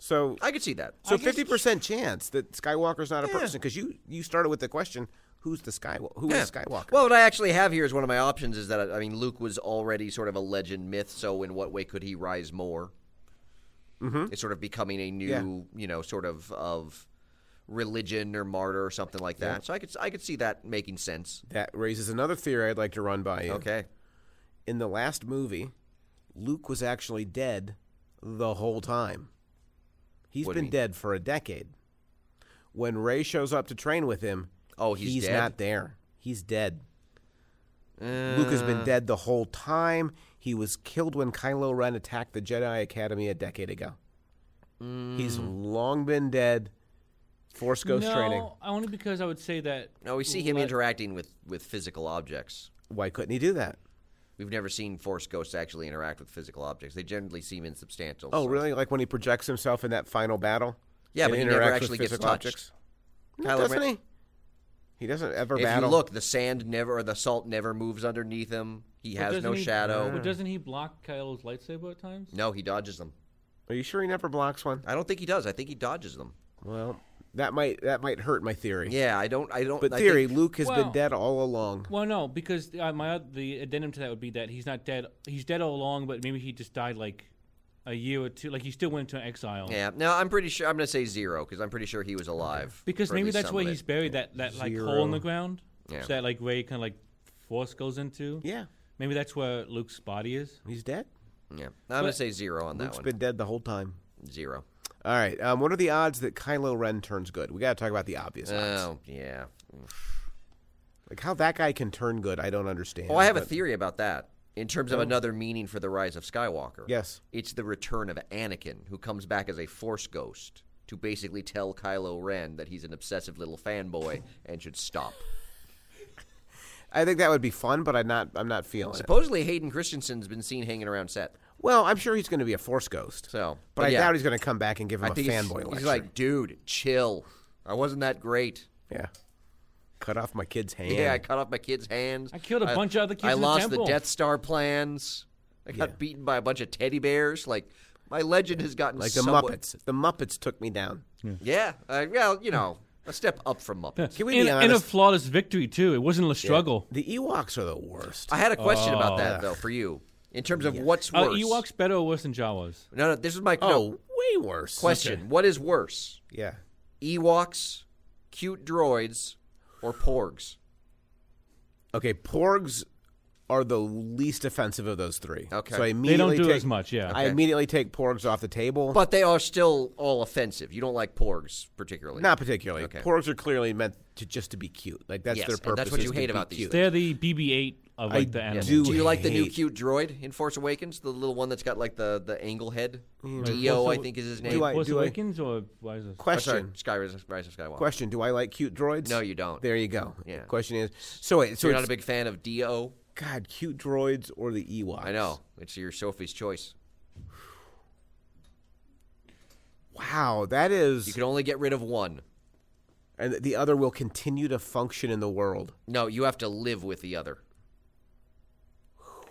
C: So
B: Mm-hmm. I could see that.
C: so
A: I guess-
C: fifty percent chance that Skywalker's not a person because you you started with the question, who's the Skywalker? Who is Skywalker?
B: Well, what I actually have here is one of my options is that I mean Luke was already sort of a legend myth, so in what way could he rise more? Mm-hmm. It's sort of becoming a new,
C: Yeah.
B: you know, sort of of religion or martyr or something like that. So I could I could see that making sense.
C: that raises another theory I'd like to run by you.
B: Okay.
C: In the last movie, Luke was actually dead the whole time. He's
B: What do you
C: been
B: mean?
C: dead for a decade. When Ray shows up to train with him,
B: Oh, he's dead?
C: not there. He's dead. Luke has
B: Uh.
C: been dead the whole time. He was killed when Kylo Ren attacked the Jedi Academy a decade ago. He's
B: Mm.
C: long been dead. Force Ghost
A: no,
C: training.
A: only because I would say that.
B: No, we see him
A: Let-
B: interacting with with physical objects.
C: Why couldn't he do that?
B: We've never seen Force ghosts actually interact with physical objects. They generally seem insubstantial.
C: Oh,
B: so-
C: really? Like when he projects himself in that final battle?
B: Yeah,
C: and
B: but he never
C: interacts with
B: actually gets
C: physical
B: touched.
C: objects? No,
B: Kylo
C: doesn't
B: Ren-
C: he? He doesn't ever
B: If
C: battle.
B: you look, the sand never or the salt never moves underneath him. He
A: but
B: has no
A: doesn't he-
B: shadow.
C: Ah.
A: But doesn't he block Kylo's lightsaber at times?
B: No, he dodges them.
C: Are you sure he never blocks one?
B: I don't think he does. I think he dodges them.
C: Well, that might that might hurt my theory.
B: Yeah, I don't. I don't.
C: But
B: I
C: theory,
B: think-
C: Luke has been
A: Well-
C: dead all along.
A: Well, no, because uh, my oth- the addendum to that would be that he's not dead. He's dead all along, but maybe he just died like a year or two. Like he still went into exile.
B: yeah. No, I'm pretty sure. I'm gonna say zero because I'm pretty sure he was alive.
A: Because
B: for at
A: maybe
B: least
A: that's
B: some
A: where
B: of it.
A: he's buried. That that like
C: Zero.
A: hole in the ground.
B: Yeah.
A: So that like Ray kind of like force goes into.
C: Yeah,
A: Maybe that's where Luke's body is.
C: he's dead.
B: Yeah. I'm gonna say zero on
C: Luke's
B: that one.
C: been dead the whole time.
B: Zero.
C: All right. Um, what are the odds that Kylo Ren turns good? We got to talk about the obvious odds.
B: Oh yeah.
C: Like how that guy can turn good, I don't understand.
B: Oh, I have a
C: but- Oh.
B: theory about that. In terms of another meaning for the rise of Skywalker.
C: Yes.
B: It's the return of Anakin, who comes back as a Force ghost to basically tell Kylo Ren that he's an obsessive little fanboy and should stop.
C: I think that would be fun, but I'm not. I'm not feeling it.
B: Supposedly, Hayden Christensen's been seen hanging around set.
C: Well, I'm sure he's going to be a Force ghost.
B: So,
C: but,
B: but
C: I
B: yeah.
C: doubt he's going to come back and give him
B: I
C: a
B: think he's-
C: fanboy
B: he's,
C: lecture.
B: like, dude, chill. I wasn't that great.
C: yeah. Cut off my kid's hand.
B: Yeah, I cut off my kids' hands.
A: I killed a bunch of other kids
B: I
A: in the
B: lost
A: temple.
B: Death Star plans. I got
C: Yeah.
B: beaten by a bunch of teddy bears. Like my legend has gotten
C: like the
B: somewhat-
C: Muppets. The Muppets took me down.
B: Yeah, uh, well, you know, a step up from Muppets.
C: Can we
A: And,
C: be
A: and a
C: honest?
A: flawless victory too. It wasn't a struggle.
C: The Ewoks are the worst.
B: I had a question about
C: Oh.
B: that though for you in terms of what's
A: Are
B: worse.
A: Uh, Ewoks better or worse than Jawas?
B: No, no, this is my
C: oh,
B: no,
C: way worse.
B: question. What is worse,
C: Yeah.
B: Ewoks, cute droids, or porgs?
C: Okay, porgs are the least offensive of those three.
B: Okay.
C: so I
B: They don't
A: They
C: immediately
A: don't do
C: take,
A: as much, yeah.
C: I
B: Okay.
C: immediately take porgs off the table.
B: But they are still all offensive. You don't like porgs particularly.
C: Not particularly.
B: Okay.
C: Porgs are clearly meant to just to be cute. Like that's
B: Yes,
C: their
B: and
C: purpose.
B: that's what
C: is
B: you
C: to
B: hate
C: be
B: about these
C: cute.
A: They're the BB-8 of like
C: I
A: the animals.
C: do
B: Do you like the new
C: hate-
B: cute droid in Force Awakens? The little one that's got like the the angle head.
A: Like,
B: Dio,
A: Force
B: I
A: Awa-
B: think is his
A: Wait,
B: name.
C: Do I-
A: Force
C: do I-
A: Awakens or why is this?
B: Oh, sorry,
C: Question.
B: Sky Rise Rise of Skywalker.
C: Question: Do I like cute droids?
B: No, you don't.
C: There you go.
B: Yeah.
C: The question is, so wait,
B: So
C: so
B: you're not
C: it's-
B: a big fan of Dio?
C: God, cute droids or the Ewoks?
B: I know. It's your Sophie's choice.
C: Wow, that is,
B: You can only get rid of one.
C: and the other will continue to function in the world.
B: No, you have to live with the other.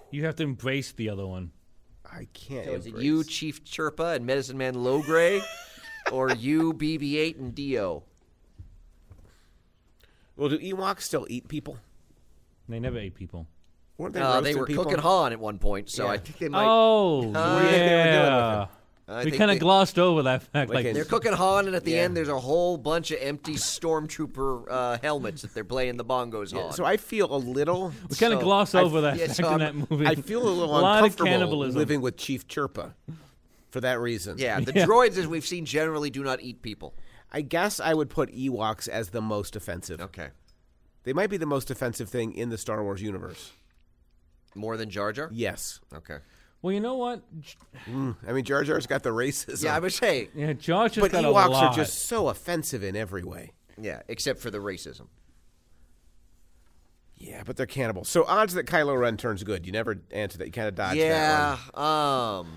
A: You have to embrace the other one.
C: I can't.
B: So is it
C: embrace-
B: you, Chief Chirpa, and Medicine Man Logray, or you, BB-8 and Dio?
C: Well, do Ewoks still eat people?
A: They never ate people.
C: Weren't they?
B: Uh, they
C: roasting
B: were
C: people?
B: cooking Han at one point, so I
C: Yeah.
B: think they might.
A: oh,
B: Ah.
C: Yeah, they were doing
A: yeah.
B: I
A: we
B: think
A: kind
B: they-
A: of glossed over that fact.
C: Like
A: Like,
C: in-
B: They're cooking Han, and at the
C: Yeah.
B: end, there's a whole bunch of empty stormtrooper uh, helmets that they're playing the bongos on.
C: So I feel a little.
A: we kind of
B: so
A: glossed
B: I-
A: over that
B: yeah,
A: fact
B: so
A: in that
B: I'm-
A: movie.
C: I feel a little
A: lot of
C: uncomfortable
A: cannibalism.
C: living with Chief Chirpa, for that reason.
B: yeah, the droids, as we've seen, generally do not eat people.
C: I guess I would put Ewoks as the most offensive.
B: Okay,
C: They might be the most offensive thing in the Star Wars universe.
B: more than Jar Jar.
C: Yes.
B: Okay.
A: well, you know what? J-
C: I mean, Jar Jar's got the racism.
B: Yeah, I would say.
A: Yeah, Josh just
C: but
A: got a
C: Ewoks
A: lot.
C: are just so offensive in every way.
B: Yeah, except for the racism.
C: Yeah, but they're cannibals. So odds that Kylo Ren turns good. You never answered that. You kind of dodged that
B: yeah.
C: one.
B: Um.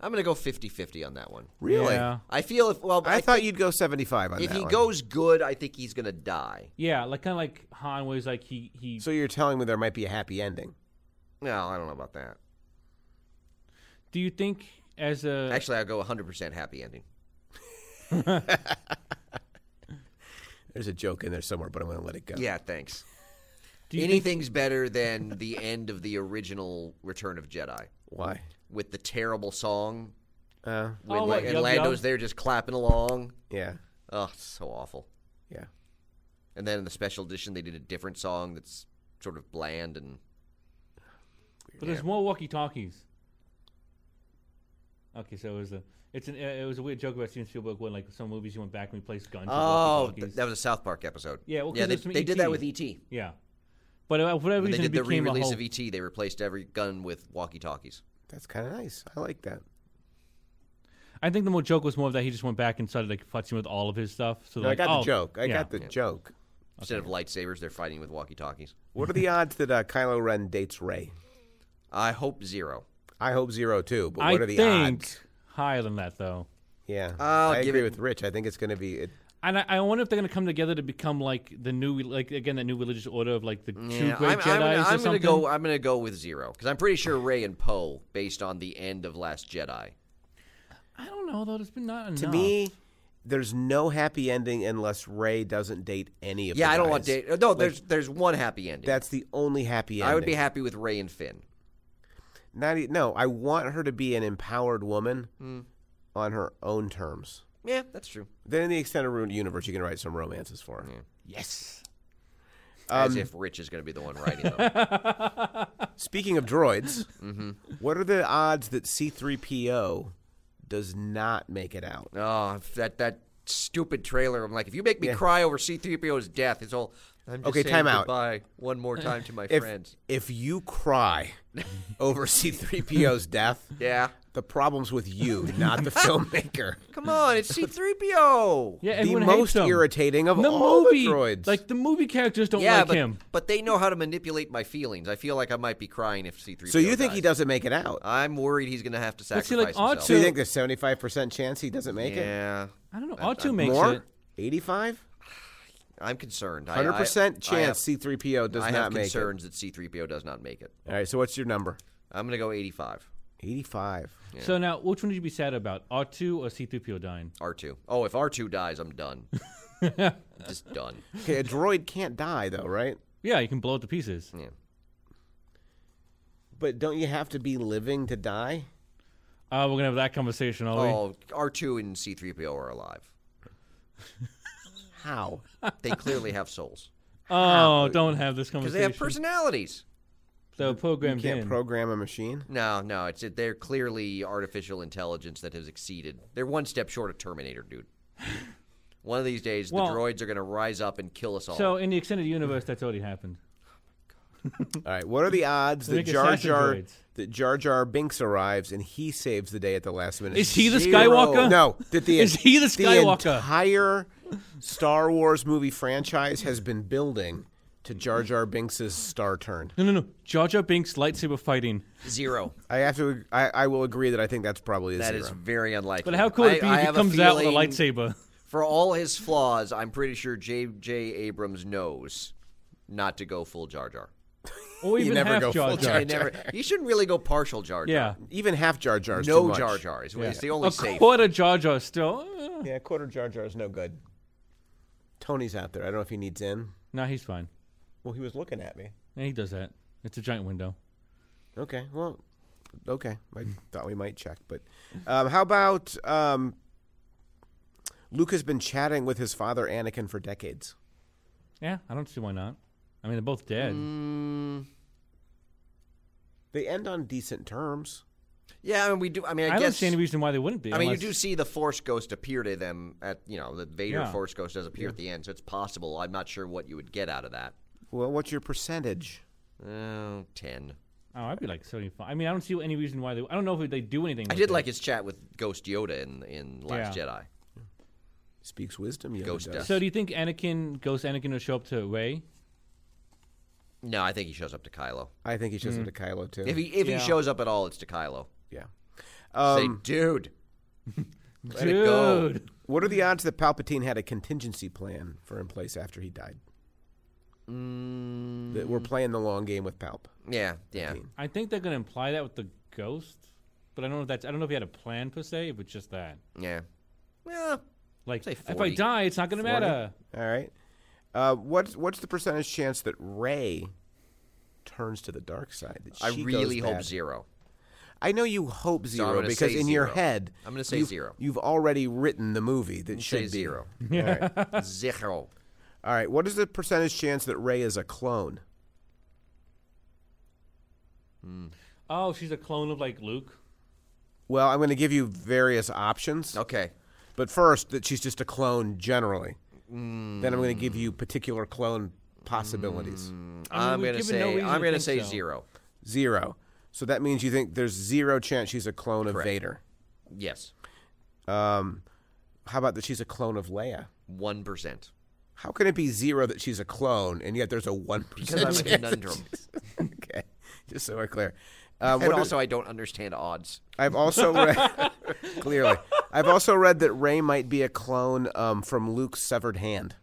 B: I'm gonna go 50-50 on that one.
C: Really?
A: Yeah.
B: I feel if well,
C: I,
B: I
C: thought you'd go 75 on
B: if
C: that
B: he
C: one.
B: goes good, I think he's gonna die.
A: Yeah, like kind of like Han was like he he.
C: So you're telling me there might be a happy ending.
B: No, I don't know about that.
A: do you think as a
B: Actually, I'll go 100% happy ending.
C: There's a joke in there somewhere, but I'm going to let it go.
B: Yeah, thanks.
A: do you think,
B: Anything's better than the end of the original Return of Jedi
C: Why?
B: with the terrible song.
C: Uh,
B: When
A: Oh,
B: La-
A: what,
B: and
A: Yub
B: Lando's
A: Yub?
B: there just clapping along.
C: yeah.
B: Oh, it's so awful.
C: Yeah.
B: And then in the special edition, they did a different song that's sort of bland and
A: but there's more walkie talkies. Okay, so it was a it's an uh, it was a weird joke about Steven Spielberg when like some movies he went back and replaced guns. with
B: oh,
A: walkie-talkies.
B: th- that was a South Park episode.
A: Yeah, well, 'cause
B: yeah, they,
A: it's from
B: they did that
A: ET.
B: with ET. When
A: yeah. But uh, for whatever
B: they
A: reason,
B: did
A: it
B: the
A: became a
B: re-release
A: whole.
C: E-
B: of ET. They replaced every gun with walkie-talkies.
C: That's kind of nice. I like that.
A: I think the more joke was more of that he just went back and started like futzing with all of his stuff. So
C: No, I
A: like,
C: got
A: oh,
C: the joke. I
A: yeah.
C: got the joke.
B: Instead of lightsabers, they're fighting with walkie-talkies.
C: What are the odds that uh, Kylo Ren dates Rey?
B: I hope zero.
C: I hope zero too. But
A: I
C: what are the
A: think
C: odds?
A: higher than that though.
C: Yeah,
B: I'll
C: I
B: give
C: agree
B: it-
C: with Rich. I think it's going to be. It,
A: And I, I wonder if they're going to come together to become like the new, like again, that new religious order of like the two
B: Yeah,
A: great
B: I'm,
A: Jedi's
B: I'm gonna,
A: or
B: I'm gonna
A: something.
B: go. I'm gonna go with zero because I'm pretty sure Ray and Poe, based on the end of Last Jedi.
A: I don't know though. There's been not enough.
C: to me, there's no happy ending unless Ray doesn't date any of.
B: Yeah,
C: the
B: I don't
C: guys.
B: want to. No, there's there's one happy ending.
C: That's the only happy ending.
B: I would be happy with Ray and Finn.
C: Not e- no, I want her to be an empowered woman on her own terms.
B: Yeah, that's true.
C: Then, in the extended ruined universe, you can write some romances for her.
A: yes.
C: Um,
B: As if Rich is gonna be the one writing them.
C: Speaking of droids, what are the odds that C-3PO does not make it out?
B: oh, that that stupid trailer. I'm like, if you make me cry over C-3PO's death, it's all. I'm just
C: Okay,
B: saying
C: time out.
B: goodbye one more time to my
C: if
B: friends.
C: if you cry over C-3PO's death,
B: Yeah,
C: the problem's with you, not the filmmaker.
B: come on, it's C-3PO.
A: Yeah,
C: the
A: everyone hates
C: most
A: him.
C: irritating of
A: the
C: all
A: movie,
C: the droids.
A: like the movie characters don't
B: Yeah,
A: like
B: but,
A: him.
B: but they know how to manipulate my feelings. I feel like I might be crying if C-3PO.
C: so you think
B: dies.
C: he doesn't make it out?
B: I'm worried he's going to have to
A: But
B: sacrifice
A: see, like,
B: himself.
C: so you
A: so-
C: think there's 75% chance he doesn't make it?
B: yeah,
A: I don't know. R2 makes it.
C: More? 85?
B: I'm concerned. I- I-
C: 100%
B: I have-
C: chance C-3PO does
B: I have
C: not make
B: concerns that C-3PO does not make it.
C: it. All right, so what's your number?
B: I'm going to go 85.
C: 85.
A: So now, which one would you be sad about, R2 or C3PO dying?
B: R2. Oh, if R2 dies, I'm done. Just done.
C: Okay, a droid can't die though, right?
A: Yeah, you can blow it to pieces.
B: Yeah.
C: But don't you have to be living to die?
A: Uh, we're gonna have that conversation, are we?
B: Oh, R2 and C-3PO are alive.
C: How?
B: They clearly have souls
A: Oh, don't have this
B: because
A: conversation.
B: they have personalities.
A: They're
C: You
A: programmed
C: can't
A: in.
C: program a machine.
B: No, no, it's they're clearly artificial intelligence that has exceeded. They're one step short of Terminator, dude. One of these days,
A: Well-
B: the droids are going to rise up and kill us all.
A: so in the extended universe, that's already happened.
C: All right. What are the odds that
A: Make
C: Jar
A: assassin
C: Jar
A: droids.
C: that Jar Jar Binks arrives and he saves the day at the last minute?
A: Is he the
B: Zero.
A: Skywalker?
C: No, that the
A: Is he the Skywalker?
C: entire Star Wars movie franchise has been building to Jar Jar Binks' star turn.
A: No, no, no. Jar Jar Binks lightsaber fighting.
B: zero.
C: I have to. I, I will agree that I think that's probably a
B: That
C: zero.
B: is very unlikely.
A: But how cool would
B: I-
A: it be
B: I
A: if he
B: have
A: comes out with a
B: feeling-
A: lightsaber?
B: For all his flaws, I'm pretty sure J.J. Abrams knows not to go full Jar Jar.
A: Or even
C: never
A: half
C: go
A: Jar
C: full
A: Jar.
C: Jar
B: They never. You shouldn't really go partial Jar Jar.
A: Yeah.
C: Even half Jar Jar's too
B: No
C: much.
B: Jar Jar is it's the only
A: A
B: safe.
A: quarter Jar Jar still. eh.
C: Yeah, quarter Jar Jar is no good. Tony's out there. I don't know if he needs in.
A: Nah, he's fine.
C: Well, he was looking at me.
A: Yeah, he does that. It's a giant window.
C: Okay. Well, okay. I thought we might check, but um, how about um, Luke has been chatting with his father Anakin for decades.
A: Yeah, I don't see why not. I mean, they're both dead.
C: Mm. They end on decent terms.
B: Yeah, I mean we do. I mean, I,
A: I, don't
B: guess.
A: see any reason why they wouldn't be.
B: I mean, you
A: unless-
B: do see the Force Ghost appear to them at you know the Vader
A: Yeah.
B: Force Ghost does appear at the end, so it's possible. I'm not sure what you would get out of that.
C: Well, what's your percentage?
B: Oh, 10.
A: Oh, I'd be like seventy-five. I mean, I don't see any reason why they. I don't know if they do anything.
B: I did like his chat with Ghost Yoda in in Last
A: Yeah.
B: Jedi.
C: Speaks wisdom. Yoda
B: Ghost
C: does.
B: death.
A: So, do you think Anakin, Ghost Anakin, will show up to Ray?
B: No, I think he shows up to Kylo.
C: I think he shows up to Kylo too.
B: If he if
A: Yeah.
B: he shows up at all, it's to Kylo.
C: yeah.
B: Say,
C: Um,
B: dude.
A: Dude,
B: it go.
C: what are the odds that Palpatine had a contingency plan for in place after he died?
B: Mm.
C: That we're playing the long game with Palp.
B: Yeah, yeah.
A: I think they're gonna imply that with the ghost, but I don't know if that's. I don't know if he had a plan per se, but just that.
B: Yeah. Yeah.
A: Like,
B: Say
A: if I
B: 40.
A: die, it's not gonna matter.
C: All right. Uh, what's what's the percentage chance that Ray turns to the dark side? That
B: I
C: she goes
B: really hope
C: bad?
B: zero.
C: I know you hope
B: I'm
C: zero
B: gonna
C: because
B: say
C: in your
B: zero.
C: head,
B: I'm gonna say
C: you've-
B: zero.
C: You've already written the movie that should
B: Say
C: be
B: zero.
C: All right.
B: zero.
C: All right. What is the percentage chance that Ray is a clone?
A: Oh, she's a clone of like Luke.
C: Well, I'm going to give you various options,
B: Okay.
C: but first that she's just a clone generally.
B: Mm.
C: Then I'm going to give you particular clone possibilities.
A: I
B: I'm
A: mean, we've
B: gonna
A: given no
B: say
A: reason
B: I'm
A: to
B: gonna
A: think
B: say
A: so.
B: zero.
C: Zero. So that means you think there's zero chance she's a clone of
B: Correct.
C: Vader.
B: Yes.
C: Um, how about that she's a clone of Leia?
B: One percent.
C: How can it be zero that she's a clone and yet there's a one
B: Because
C: percent?
B: I'm a conundrum.
C: okay, just so we're clear. Um,
B: and
C: what
B: also I don't understand odds.
C: I've also read clearly. I've also read that Ray might be a clone um, from Luke's severed hand.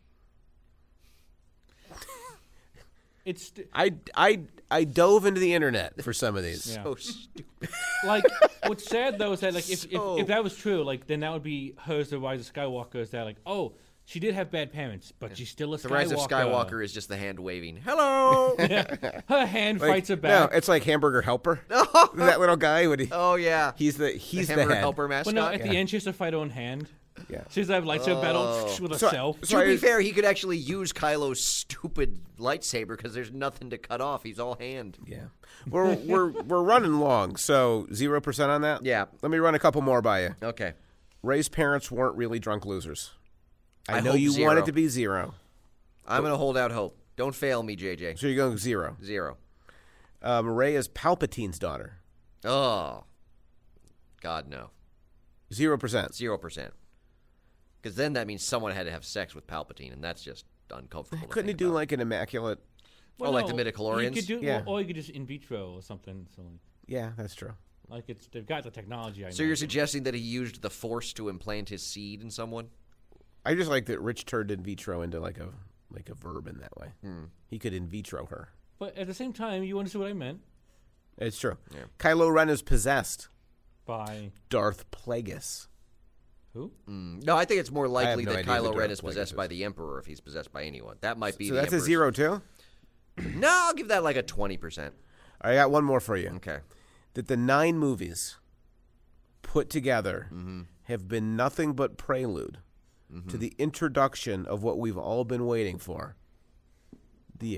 A: It's st-
C: I, I, I dove into the internet for some of these.
A: Yeah.
B: Oh stupid.
A: like what's sad though is that like if,
B: So-
A: if, if that was true, like then that would be her as the Rise of Skywalker. Is that like oh she did have bad parents, but she's still a
B: The
A: Skywalker.
B: Rise of Skywalker is just the hand waving. Hello.
A: Her hand
C: Like,
A: fights her
C: no,
A: back.
C: it's like Hamburger Helper. that little guy when he,
B: oh yeah.
C: he's the he's the,
B: Hammer
C: head.
B: helper mascot.
A: but no, at the end she has to fight her own hand.
C: Yeah. Oh.
A: She has to have lightsaber battle with
C: So-
A: herself.
C: so-
B: to
C: I-
B: be fair, he could actually use Kylo's stupid lightsaber because there's nothing to cut off. He's all hand.
C: Yeah, we're we're we're running long, so zero percent on that.
B: Yeah.
C: let me run a couple more by you.
B: Okay.
C: Ray's parents weren't really drunk losers. I,
B: I
C: know
B: hope
C: you
B: zero.
C: want it to be zero,
B: I'm gonna hold out hope. Don't fail me, JJ.
C: so you're going zero.
B: Zero.
C: Um, Ray is Palpatine's daughter.
B: Oh. God no.
C: Zero percent.
B: Zero percent. Because then that means someone had to have sex with Palpatine, and that's just uncomfortable. to
C: Couldn't he
B: think
C: do
B: about.
C: like an immaculate?
A: Well,
B: Oh, like
A: no,
B: the
A: you
B: midichlorians?
A: could do-
C: Yeah.
A: or you could just in vitro or something. So like,
C: Yeah, that's true.
A: like it's they've got the technology. I
B: So you're
A: imagine.
B: suggesting that he used the Force to implant his seed in someone?
C: I just like that Rich turned in vitro into like a like a verb in that way.
B: Hmm.
C: He could in vitro her.
A: but at the same time, you understood what I meant
C: It's true. Kylo Ren is possessed.
A: by
C: Darth Plagueis.
A: who?
B: No, I think it's more likely
C: no
B: that
C: idea who
B: Kylo
C: Darth
B: Ren is
C: Plagueis
B: possessed by
C: is.
B: the Emperor if he's possessed by anyone. That might be.
C: So
B: the
C: that's a
B: Emperor's-
C: zero too.
B: No, I'll give that like a twenty percent.
C: I got one more for you.
B: Okay.
C: That the nine
B: Mm-hmm.
C: movies put together have been nothing but prelude to the introduction of what we've all been waiting for the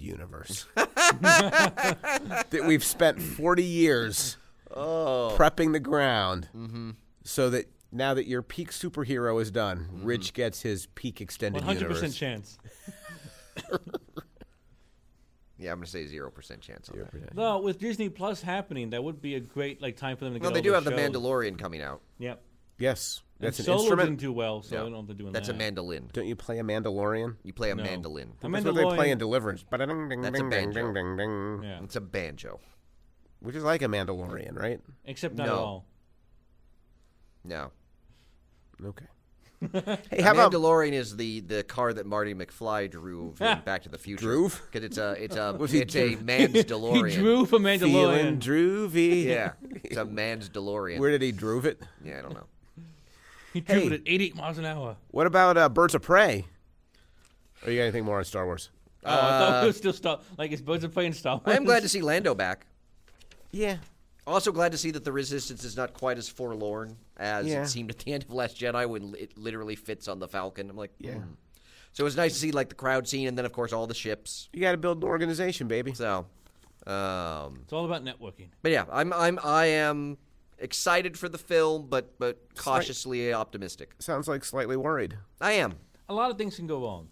C: universe that we've spent 40 years
B: Oh.
C: prepping the ground
B: Mm-hmm.
C: so that now that your peak superhero is done,
B: Mm-hmm.
C: Rich gets his peak extended
A: One hundred percent
C: universe.
A: chance.
B: Yeah, I'm gonna say zero percent chance on that.
A: Though with Disney Plus happening, that would be a great like time for them to get.
B: Well, they
A: all
B: do
A: their
B: have the
A: shows.
B: Mandalorian coming out.
A: Yep.
C: Yes, that's
A: and
C: an
A: Solo
C: instrument.
A: didn't do well, so
B: Yeah.
A: I don't know if they're doing
B: That's
A: that.
B: a mandolin.
C: Don't you play a mandalorian?
B: You play a
A: No.
B: mandolin.
A: A
C: That's what they play in
A: Mandalorian-
C: Deliverance. That's
B: That's a banjo.
C: Ding, ding, ding,
A: Yeah.
B: It's a banjo.
C: Which is like a Mandalorian, right?
A: Except not
B: No.
A: at all.
B: No,
C: Okay. hey, how about
B: Mandalorian is the the car that Marty McFly drove in Back to the Future.
C: Drove?
B: because it's a it's a
C: Was he
B: it's a
C: drew-
B: man's DeLorean.
A: He drew for
C: feeling
A: Mandalorian.
C: droovy?
B: Yeah, it's a man's DeLorean.
C: Where did he droove it?
B: Yeah, I don't know.
A: he drew
C: Hey.
A: it at 88 miles an hour.
C: What about uh, Birds of Prey? Or you got anything more on Star Wars?
A: Oh, I thought we were still Star. Like it's Birds of Prey and Star
B: I
A: Wars.
B: am Uh, glad to see Lando back.
C: Yeah.
B: Also glad to see that the Resistance is not quite as forlorn as
C: Yeah.
B: it seemed at the end of Last Jedi when it literally fits on the Falcon. I'm like,
C: Yeah.
B: hmm. So it's nice to see like the crowd scene, and then of course all the ships.
C: You got to build an organization, baby.
B: So, um,
A: It's all about networking.
B: but yeah, I'm I'm I am excited for the film, but but cautiously optimistic.
C: Sounds like slightly worried.
B: I am.
A: A lot of things can go wrong.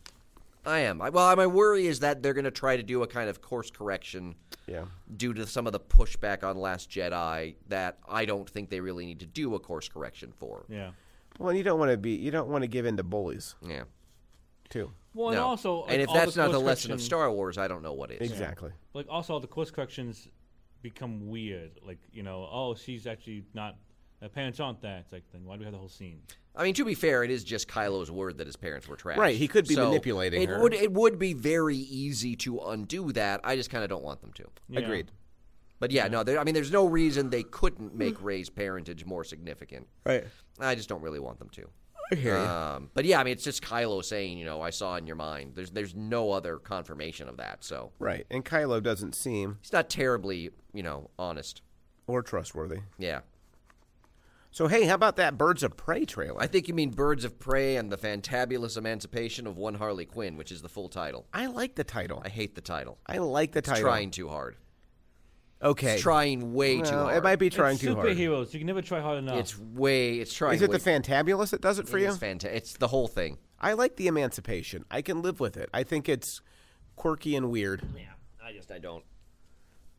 B: I am. I, well, my worry is that they're going to try to do a kind of course correction
C: Yeah.
B: due to some of the pushback on Last Jedi that I don't think they really need to do a course correction for.
A: Yeah.
C: Well, you don't want to be. You don't want to give in to bullies,
B: Yeah.
C: too.
A: Well, and
B: No.
A: also, like,
B: and if
A: all
B: that's
A: the
B: not
A: course
B: the lesson of
A: correction-
B: Star Wars, I don't know what is.
C: Exactly.
A: like also all the course corrections become weird. Like you know, oh, she's actually not. Her parents aren't that. It's like then why do we have the whole scene?
B: I mean, to be fair, it is just Kylo's word that his parents were trash.
C: Right, he could be
B: So
C: manipulating
B: it
C: her.
B: Would, it would be very easy to undo that. I just kind of don't want them to.
A: Yeah.
C: Agreed.
B: But yeah, no, there, I mean, there's no reason they couldn't make
A: Mm-hmm.
B: Ray's parentage more significant.
C: Right.
B: I just don't really want them to. Um, but yeah, I mean, it's just Kylo saying, you know, I saw in your mind. There's there's no other confirmation of that, so
C: Right. And Kylo doesn't seem
B: he's not terribly, you know, honest.
C: or trustworthy.
B: Yeah,
C: So hey, how about that Birds of Prey trailer?
B: I think you mean Birds of Prey and the Fantabulous Emancipation of One Harley Quinn, which is the full title.
C: I like the title.
B: I hate the title.
C: I like the title.
B: Trying too hard.
C: Okay.
B: It's trying way too
C: Well,
B: hard.
C: It might be trying
A: it's
C: too hard.
A: superheroes. You can never try hard enough.
B: It's way. It's trying.
C: Is it
B: way,
C: the Fantabulous that does it for
B: it
C: you?
B: is fanta- It's the whole thing.
C: I like the emancipation. I can live with it. I think it's quirky and weird.
B: Yeah, I just I don't.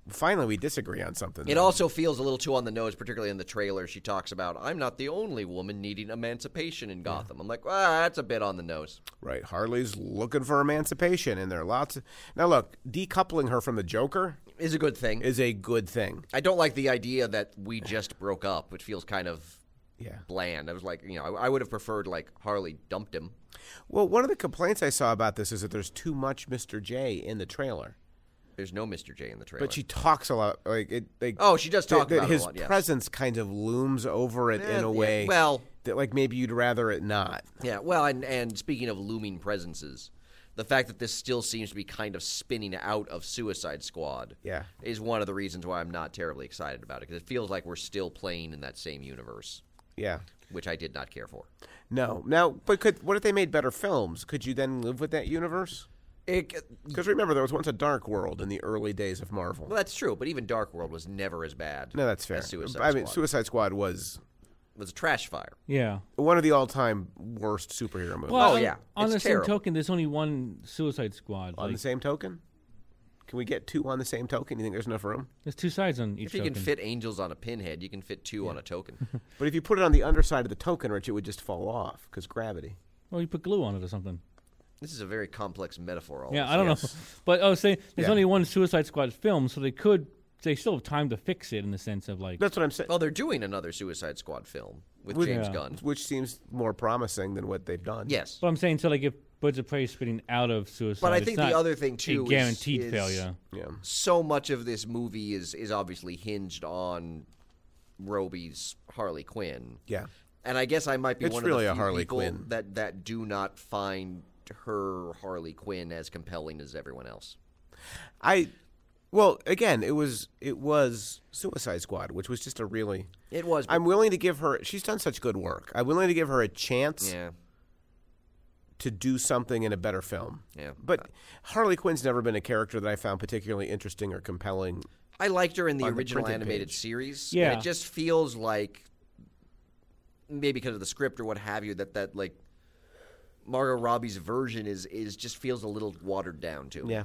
C: Finally, we disagree on something.
B: It also feels a little too on the nose, particularly in the trailer. She talks about, I'm not the only woman needing emancipation in Gotham. I'm like, ah, that's a bit on the nose.
C: right. Harley's looking for emancipation, and there are lots. Of... Now, look, decoupling her from the Joker
B: Is a good thing.
C: is a good thing.
B: I don't like the idea that we just broke up, which feels kind of
C: Yeah.
B: bland. I was like, you know, I, I would have preferred, like, Harley dumped him.
C: Well, one of the complaints I saw about this is that there's too much Mr. J in the trailer,
B: There's no Mr. J in the trailer.
C: but she talks a lot. Like it. Like,
B: Oh, she does
C: that-
B: talk
C: that
B: about it a
C: his
B: lot, yes.
C: presence kind of looms over it
B: Eh,
C: in
B: yeah,
C: a way.
B: well-
C: that like maybe you'd rather it not.
B: Yeah, well, and, and speaking of looming presences, the fact that this still seems to be kind of spinning out of Suicide Squad
C: Yeah.
B: is one of the reasons why I'm not terribly excited about it, because it feels like we're still playing in that same universe,
C: Yeah.
B: which I did not care for.
C: No. Now, but could what if they made better films? Could you then live with that universe?
B: It,
C: Because remember, there was once a dark world in the early days of Marvel.
B: well, that's true, but even Dark World was never as bad.
C: no, that's fair.
B: As Suicide
C: I mean,
B: Squad.
C: Suicide Squad was
B: it was a trash fire.
A: yeah.
C: one of the all-time worst superhero movies.
B: Well, Oh, yeah.
A: On
B: It's
A: the
B: terrible.
A: same token, there's only one Suicide Squad.
C: on
A: like,
C: the same token, can we get two on the same token? You think there's enough room?
A: there's two sides on each
B: If you
A: token.
B: can fit angels on a pinhead, you can fit two on a token.
C: But if you put it on the underside of the token, Rich, it would just fall off because gravity.
A: Well, you put glue on it or something.
B: this is a very complex metaphor. all
A: Yeah,
B: of
A: I don't know. But I was saying there's
C: Yeah.
A: only one Suicide Squad film, so they could they still have time to fix it in the sense of like
C: That's what I'm saying.
B: Well, they're doing another Suicide Squad film with
C: With-
B: James
A: Yeah.
B: Gunn.
C: Which seems more promising than what they've done.
B: Yes.
A: But I'm saying so like if Birds of Prey is spinning out of Suicide,
B: But I
A: it's
B: think the
A: not
B: other thing, too,
A: a
B: is-
A: guaranteed
B: is-
A: failure.
C: Yeah.
B: so much of this movie is is obviously hinged on Roby's Harley Quinn.
C: Yeah.
B: And I guess I might be
C: It's
B: one
C: really a
B: of the few
C: Harley
B: people
C: Quinn.
B: that that do not find her Harley Quinn as compelling as everyone else.
C: I. Well, again, it was it was Suicide Squad, which was just a really
B: It was
C: I'm willing to give her. She's done such good work. I'm willing to give her a chance
B: yeah.
C: to do something in a better film.
B: Yeah.
C: But Harley Quinn's never been a character that I found particularly interesting or compelling.
B: I liked her in the
C: On the
B: original
C: printed
B: animated
C: page.
B: series.
A: Yeah.
B: And it just feels like maybe because of the script or what have you that that like Margot Robbie's version is is just feels a little watered down to. it.
C: Yeah.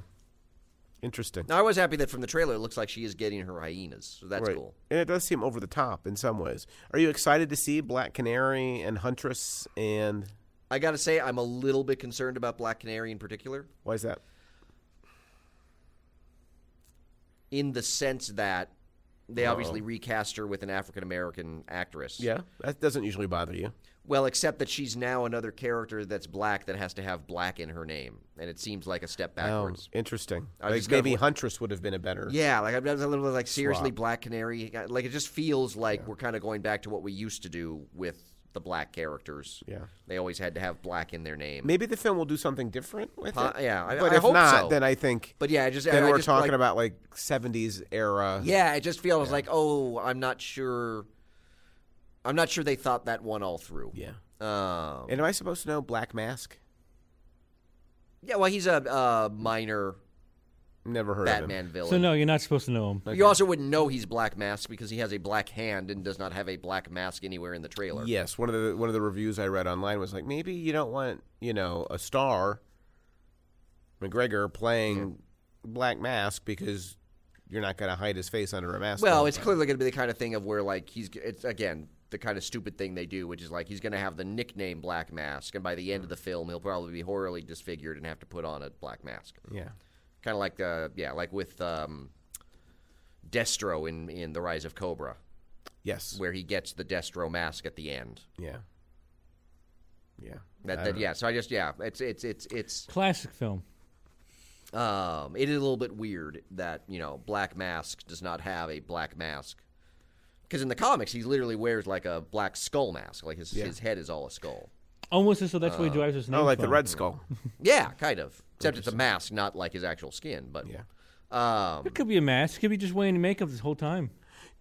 C: Interesting.
B: Now I was happy that from the trailer it looks like she is getting her hyenas. So that's
C: Right.
B: cool.
C: And it does seem over the top in some ways. Are you excited to see Black Canary and Huntress and
B: I got to say I'm a little bit concerned about Black Canary in particular
C: why is that?
B: in the sense that they obviously recast her with an African American actress.
C: Yeah, that doesn't usually bother you.
B: Well, except that she's now another character that's black that has to have black in her name, and it seems like a step
C: Oh,
B: backwards.
C: interesting.
B: I was
C: Like
B: just kinda
C: maybe
B: wa-
C: Huntress would have been a better.
B: Yeah, like I'm I was a little bit like seriously
C: Swap.
B: Black Canary. Like it just feels like we're kind of going back to what we used to do with the black characters.
C: Yeah.
B: they always had to have black in their name.
C: Maybe the film will do something different with
B: Po-
C: it.
B: yeah, I-
C: but
B: I
C: if
B: hope
C: not,
B: so.
C: then I think
B: but yeah, I just
C: then
B: I, I
C: we're
B: just, like-
C: talking about like '70s era.
B: Yeah, it just feels like oh, I'm not sure. I'm not sure they thought that one all through.
C: Yeah.
B: Um,
C: And am I supposed to know Black Mask?
B: yeah, well, he's a uh, minor
C: Never heard of him.
B: Batman villain.
A: So no, you're not supposed to know him.
B: You also wouldn't know he's Black Mask because he has a black hand and does not have a black mask anywhere in the trailer.
C: Yes, one of the one of the reviews I read online was like, maybe you don't want you know a star, McGregor playing Black Mask because you're not going to hide his face under a mask. the
B: Well,
C: whole
B: it's
C: time.
B: clearly going to be the kind of thing of where like he's it's again the kind of stupid thing they do, which is like he's going to have the nickname Black Mask, and by the
C: Mm.
B: end of the film, he'll probably be horribly disfigured and have to put on a black mask.
C: yeah.
B: Kind of like uh, yeah, like with um, Destro in in the Rise of Cobra,
C: Yes.
B: where he gets the Destro mask at the end.
C: Yeah. Yeah.
B: That, that yeah, so I just yeah, it's it's it's it's
A: Classic film.
B: Um, it is a little bit weird that you know Black Mask does not have a black mask because in the comics he literally wears like a black skull mask, like his his head is all a skull.
A: Almost as so that's
B: Uh,
A: where he drives his name.
C: Oh, like the
A: from.
C: Red Skull.
B: Yeah, kind of. Except it's a mask, not like his actual skin. But
C: Yeah.
B: um,
A: It could be a mask. Could be just wearing makeup this whole time.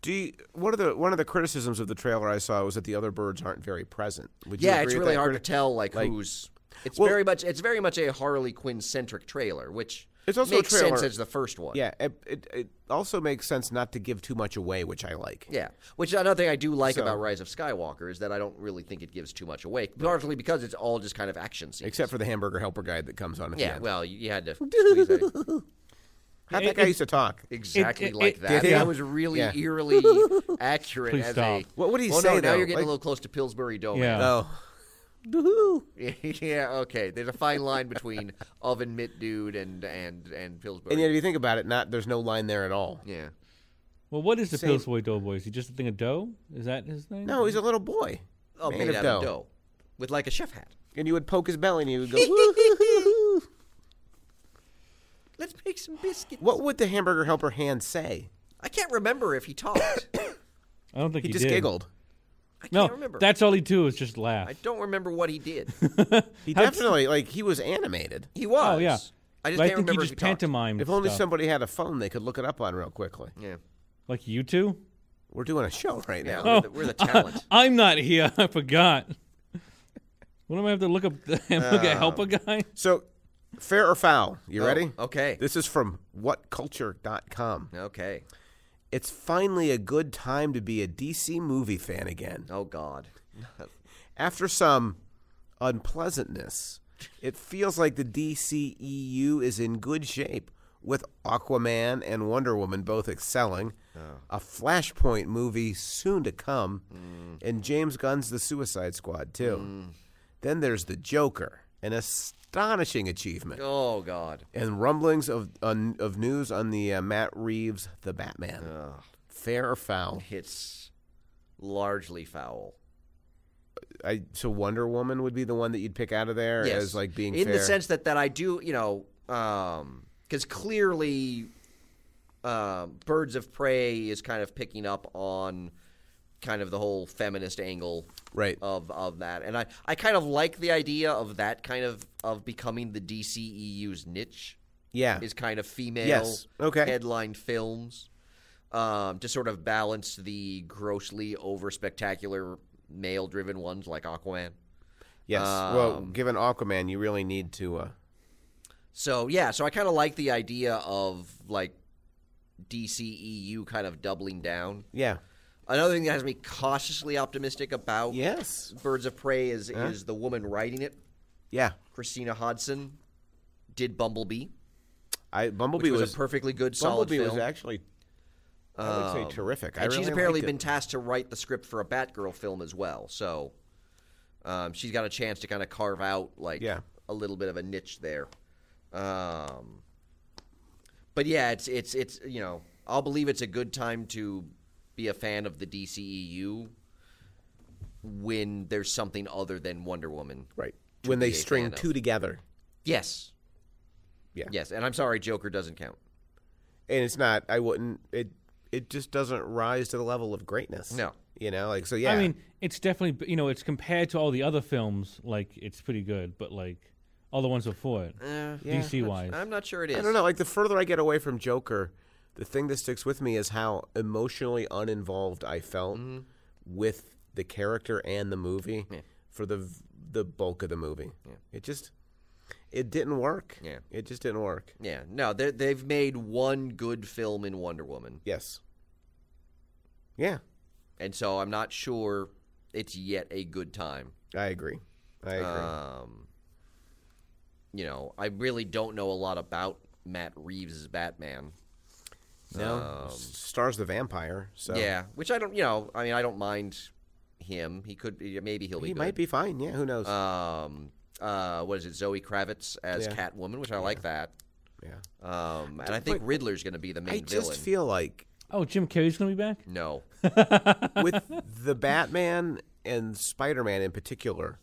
C: Do you, one of the one of the criticisms of the trailer I saw was that the other birds aren't very present. Would you
B: yeah,
C: agree
B: it's
C: with
B: really
C: that
B: hard to
C: criti-
B: tell like, who's. It's
C: Well-
B: very much it's very much a Harley Quinn centric trailer, which
C: It's also a
B: makes sense
C: trailer-
B: as the first one.
C: Yeah, it, it, it also makes sense not to give too much away, which I like.
B: Yeah, which another thing I do like
C: So-
B: about Rise of Skywalker is that I don't really think it gives too much away, largely because it's all just kind of action scenes.
C: Except for the hamburger helper guy that comes on. At
B: Yeah,
C: the end.
B: well, you you had to squeeze that
C: how
A: It-
C: that guy
A: it-
C: used to talk.
B: exactly
A: it-
B: like
A: it-
B: that.
C: yeah.
B: That was really
C: Yeah.
B: eerily accurate.
A: Please
B: as
A: stop.
B: A,
C: What would he
B: well, No,
C: say,
B: now
C: though?
B: you're getting
C: Like-
B: a little close to Pillsbury Dome.
A: Yeah.
C: Oh, Woohoo.
B: yeah. Okay. There's a fine line between oven mitt dude and and and Pillsbury.
C: And yet, if you think about it, not there's no line there at all.
B: yeah.
A: Well, what is the
C: Same-
A: Pillsbury Doughboy? Is he just a thing of dough? Is that his name?
C: No, he's a little boy.
B: Oh, made, out of dough, with like a chef hat.
C: And you would poke his belly, and he would go. "Woo-hoo-hoo-hoo."
B: Let's make some biscuits.
C: what would the hamburger helper hand say?
B: I can't remember if he talked.
A: I don't think
C: He,
A: he,
C: just
A: did.
C: giggled.
B: I can't
A: No,
B: remember.
A: that's all he do is just laugh.
B: I don't remember what he did.
C: He definitely like he was animated.
B: He was.
A: Oh yeah.
B: I just
A: But
B: can't
A: think
B: remember
A: he
B: if
A: just
B: he talked.
A: pantomimed.
C: If only
A: stuff.
C: somebody had a phone they could look it up on real quickly.
B: Yeah.
A: like you two.
C: We're doing a show right
B: Yeah. Oh.
C: now.
A: Oh.
B: We're, the, we're the talent.
A: I'm not here. I forgot. What am I have to look up? The, look at help a guy.
C: So, fair or foul? You ready?
B: okay.
C: This is from whatculture.com.
B: Okay.
C: It's finally a good time to be a DC movie fan again.
B: Oh God.
C: After some unpleasantness, it feels like the DCEU is in good shape with Aquaman and Wonder Woman both excelling,
B: Oh.
C: a Flashpoint movie soon to come,
B: Mm.
C: and James Gunn's The Suicide Squad, too. Then there's The Joker, an astonishing achievement.
B: Oh God.
C: and rumblings of on, of news on the uh, Matt Reeves the Batman. Fair or foul?
B: It's largely foul.
C: I, so Wonder Woman would be the one that you'd pick out of there as like being
B: in the
C: fair?
B: sense that that I do, you know, because clearly, um, Birds of Prey is kind of picking up on kind of the whole feminist angle
C: Right.
B: of of that and I, I kind of like the idea of that kind of of becoming the DCEU's niche
C: yeah.
B: is kind of female
C: Yes. Okay.
B: headline films um, to sort of balance the grossly over spectacular male driven ones like Aquaman.
C: Yes. well,
B: um,
C: given Aquaman, you really need to. Uh,
B: So yeah, so I kind of like the idea of like DCEU kind of doubling down.
C: yeah.
B: Another thing that has me cautiously optimistic about
C: Yes.
B: Birds of Prey is
C: Uh-huh.
B: is the woman writing it,
C: Yeah.
B: Christina Hodson, did Bumblebee,
C: I Bumblebee
B: which was,
C: was,
B: a perfectly good solid
C: Bumblebee
B: film. Um,
C: was actually. I would say terrific. I
B: and
C: really
B: she's apparently
C: liked
B: been
C: it.
B: tasked to write the script for a Batgirl film as well. So um, she's got a chance to kind of carve out like
C: Yeah.
B: a little bit of a niche there. Um, but yeah, it's it's it's you know I'll believe it's a good time to be a fan of the DCEU when there's something other than Wonder Woman.
C: right when they
B: be a
C: string
B: fan of.
C: two together,
B: Yes.
C: Yeah.
B: Yes, and I'm sorry, Joker doesn't count.
C: and it's not. I wouldn't. It it just doesn't rise to the level of greatness.
B: No.
C: You know, like so. Yeah.
A: I mean, it's definitely you know, it's compared to all the other films, like it's pretty good, but like all the ones before it, DC wise,
B: I'm not sure it is.
C: I don't know. Like the further I get away from Joker, the thing that sticks with me is how emotionally uninvolved I felt
B: Mm-hmm.
C: with the character and the movie for the v- the bulk of the movie. It just it didn't work.
B: Yeah.
C: It just didn't work.
B: Yeah, no, they they've made one good film in Wonder Woman,
C: Yes. Yeah,
B: and so I'm not sure it's yet a good time.
C: I agree. I agree.
B: Um, you know, I really don't know a lot about Matt Reeves' Batman.
C: no, S- stars the vampire. So
B: um, Yeah, which I don't. You know, I mean, I don't mind him. He could be, maybe he'll be.
C: he
B: good.
C: might be fine. Yeah, who knows?
B: Um, uh, what is it? Zoe Kravitz as
C: Yeah.
B: Catwoman, which I like that.
C: yeah.
B: Um, and I think Riddler's going to be the main
C: I
B: villain.
C: just feel like
A: oh, Jim Carrey's gonna be back.
B: no.
C: with the Batman and Spider Man in particular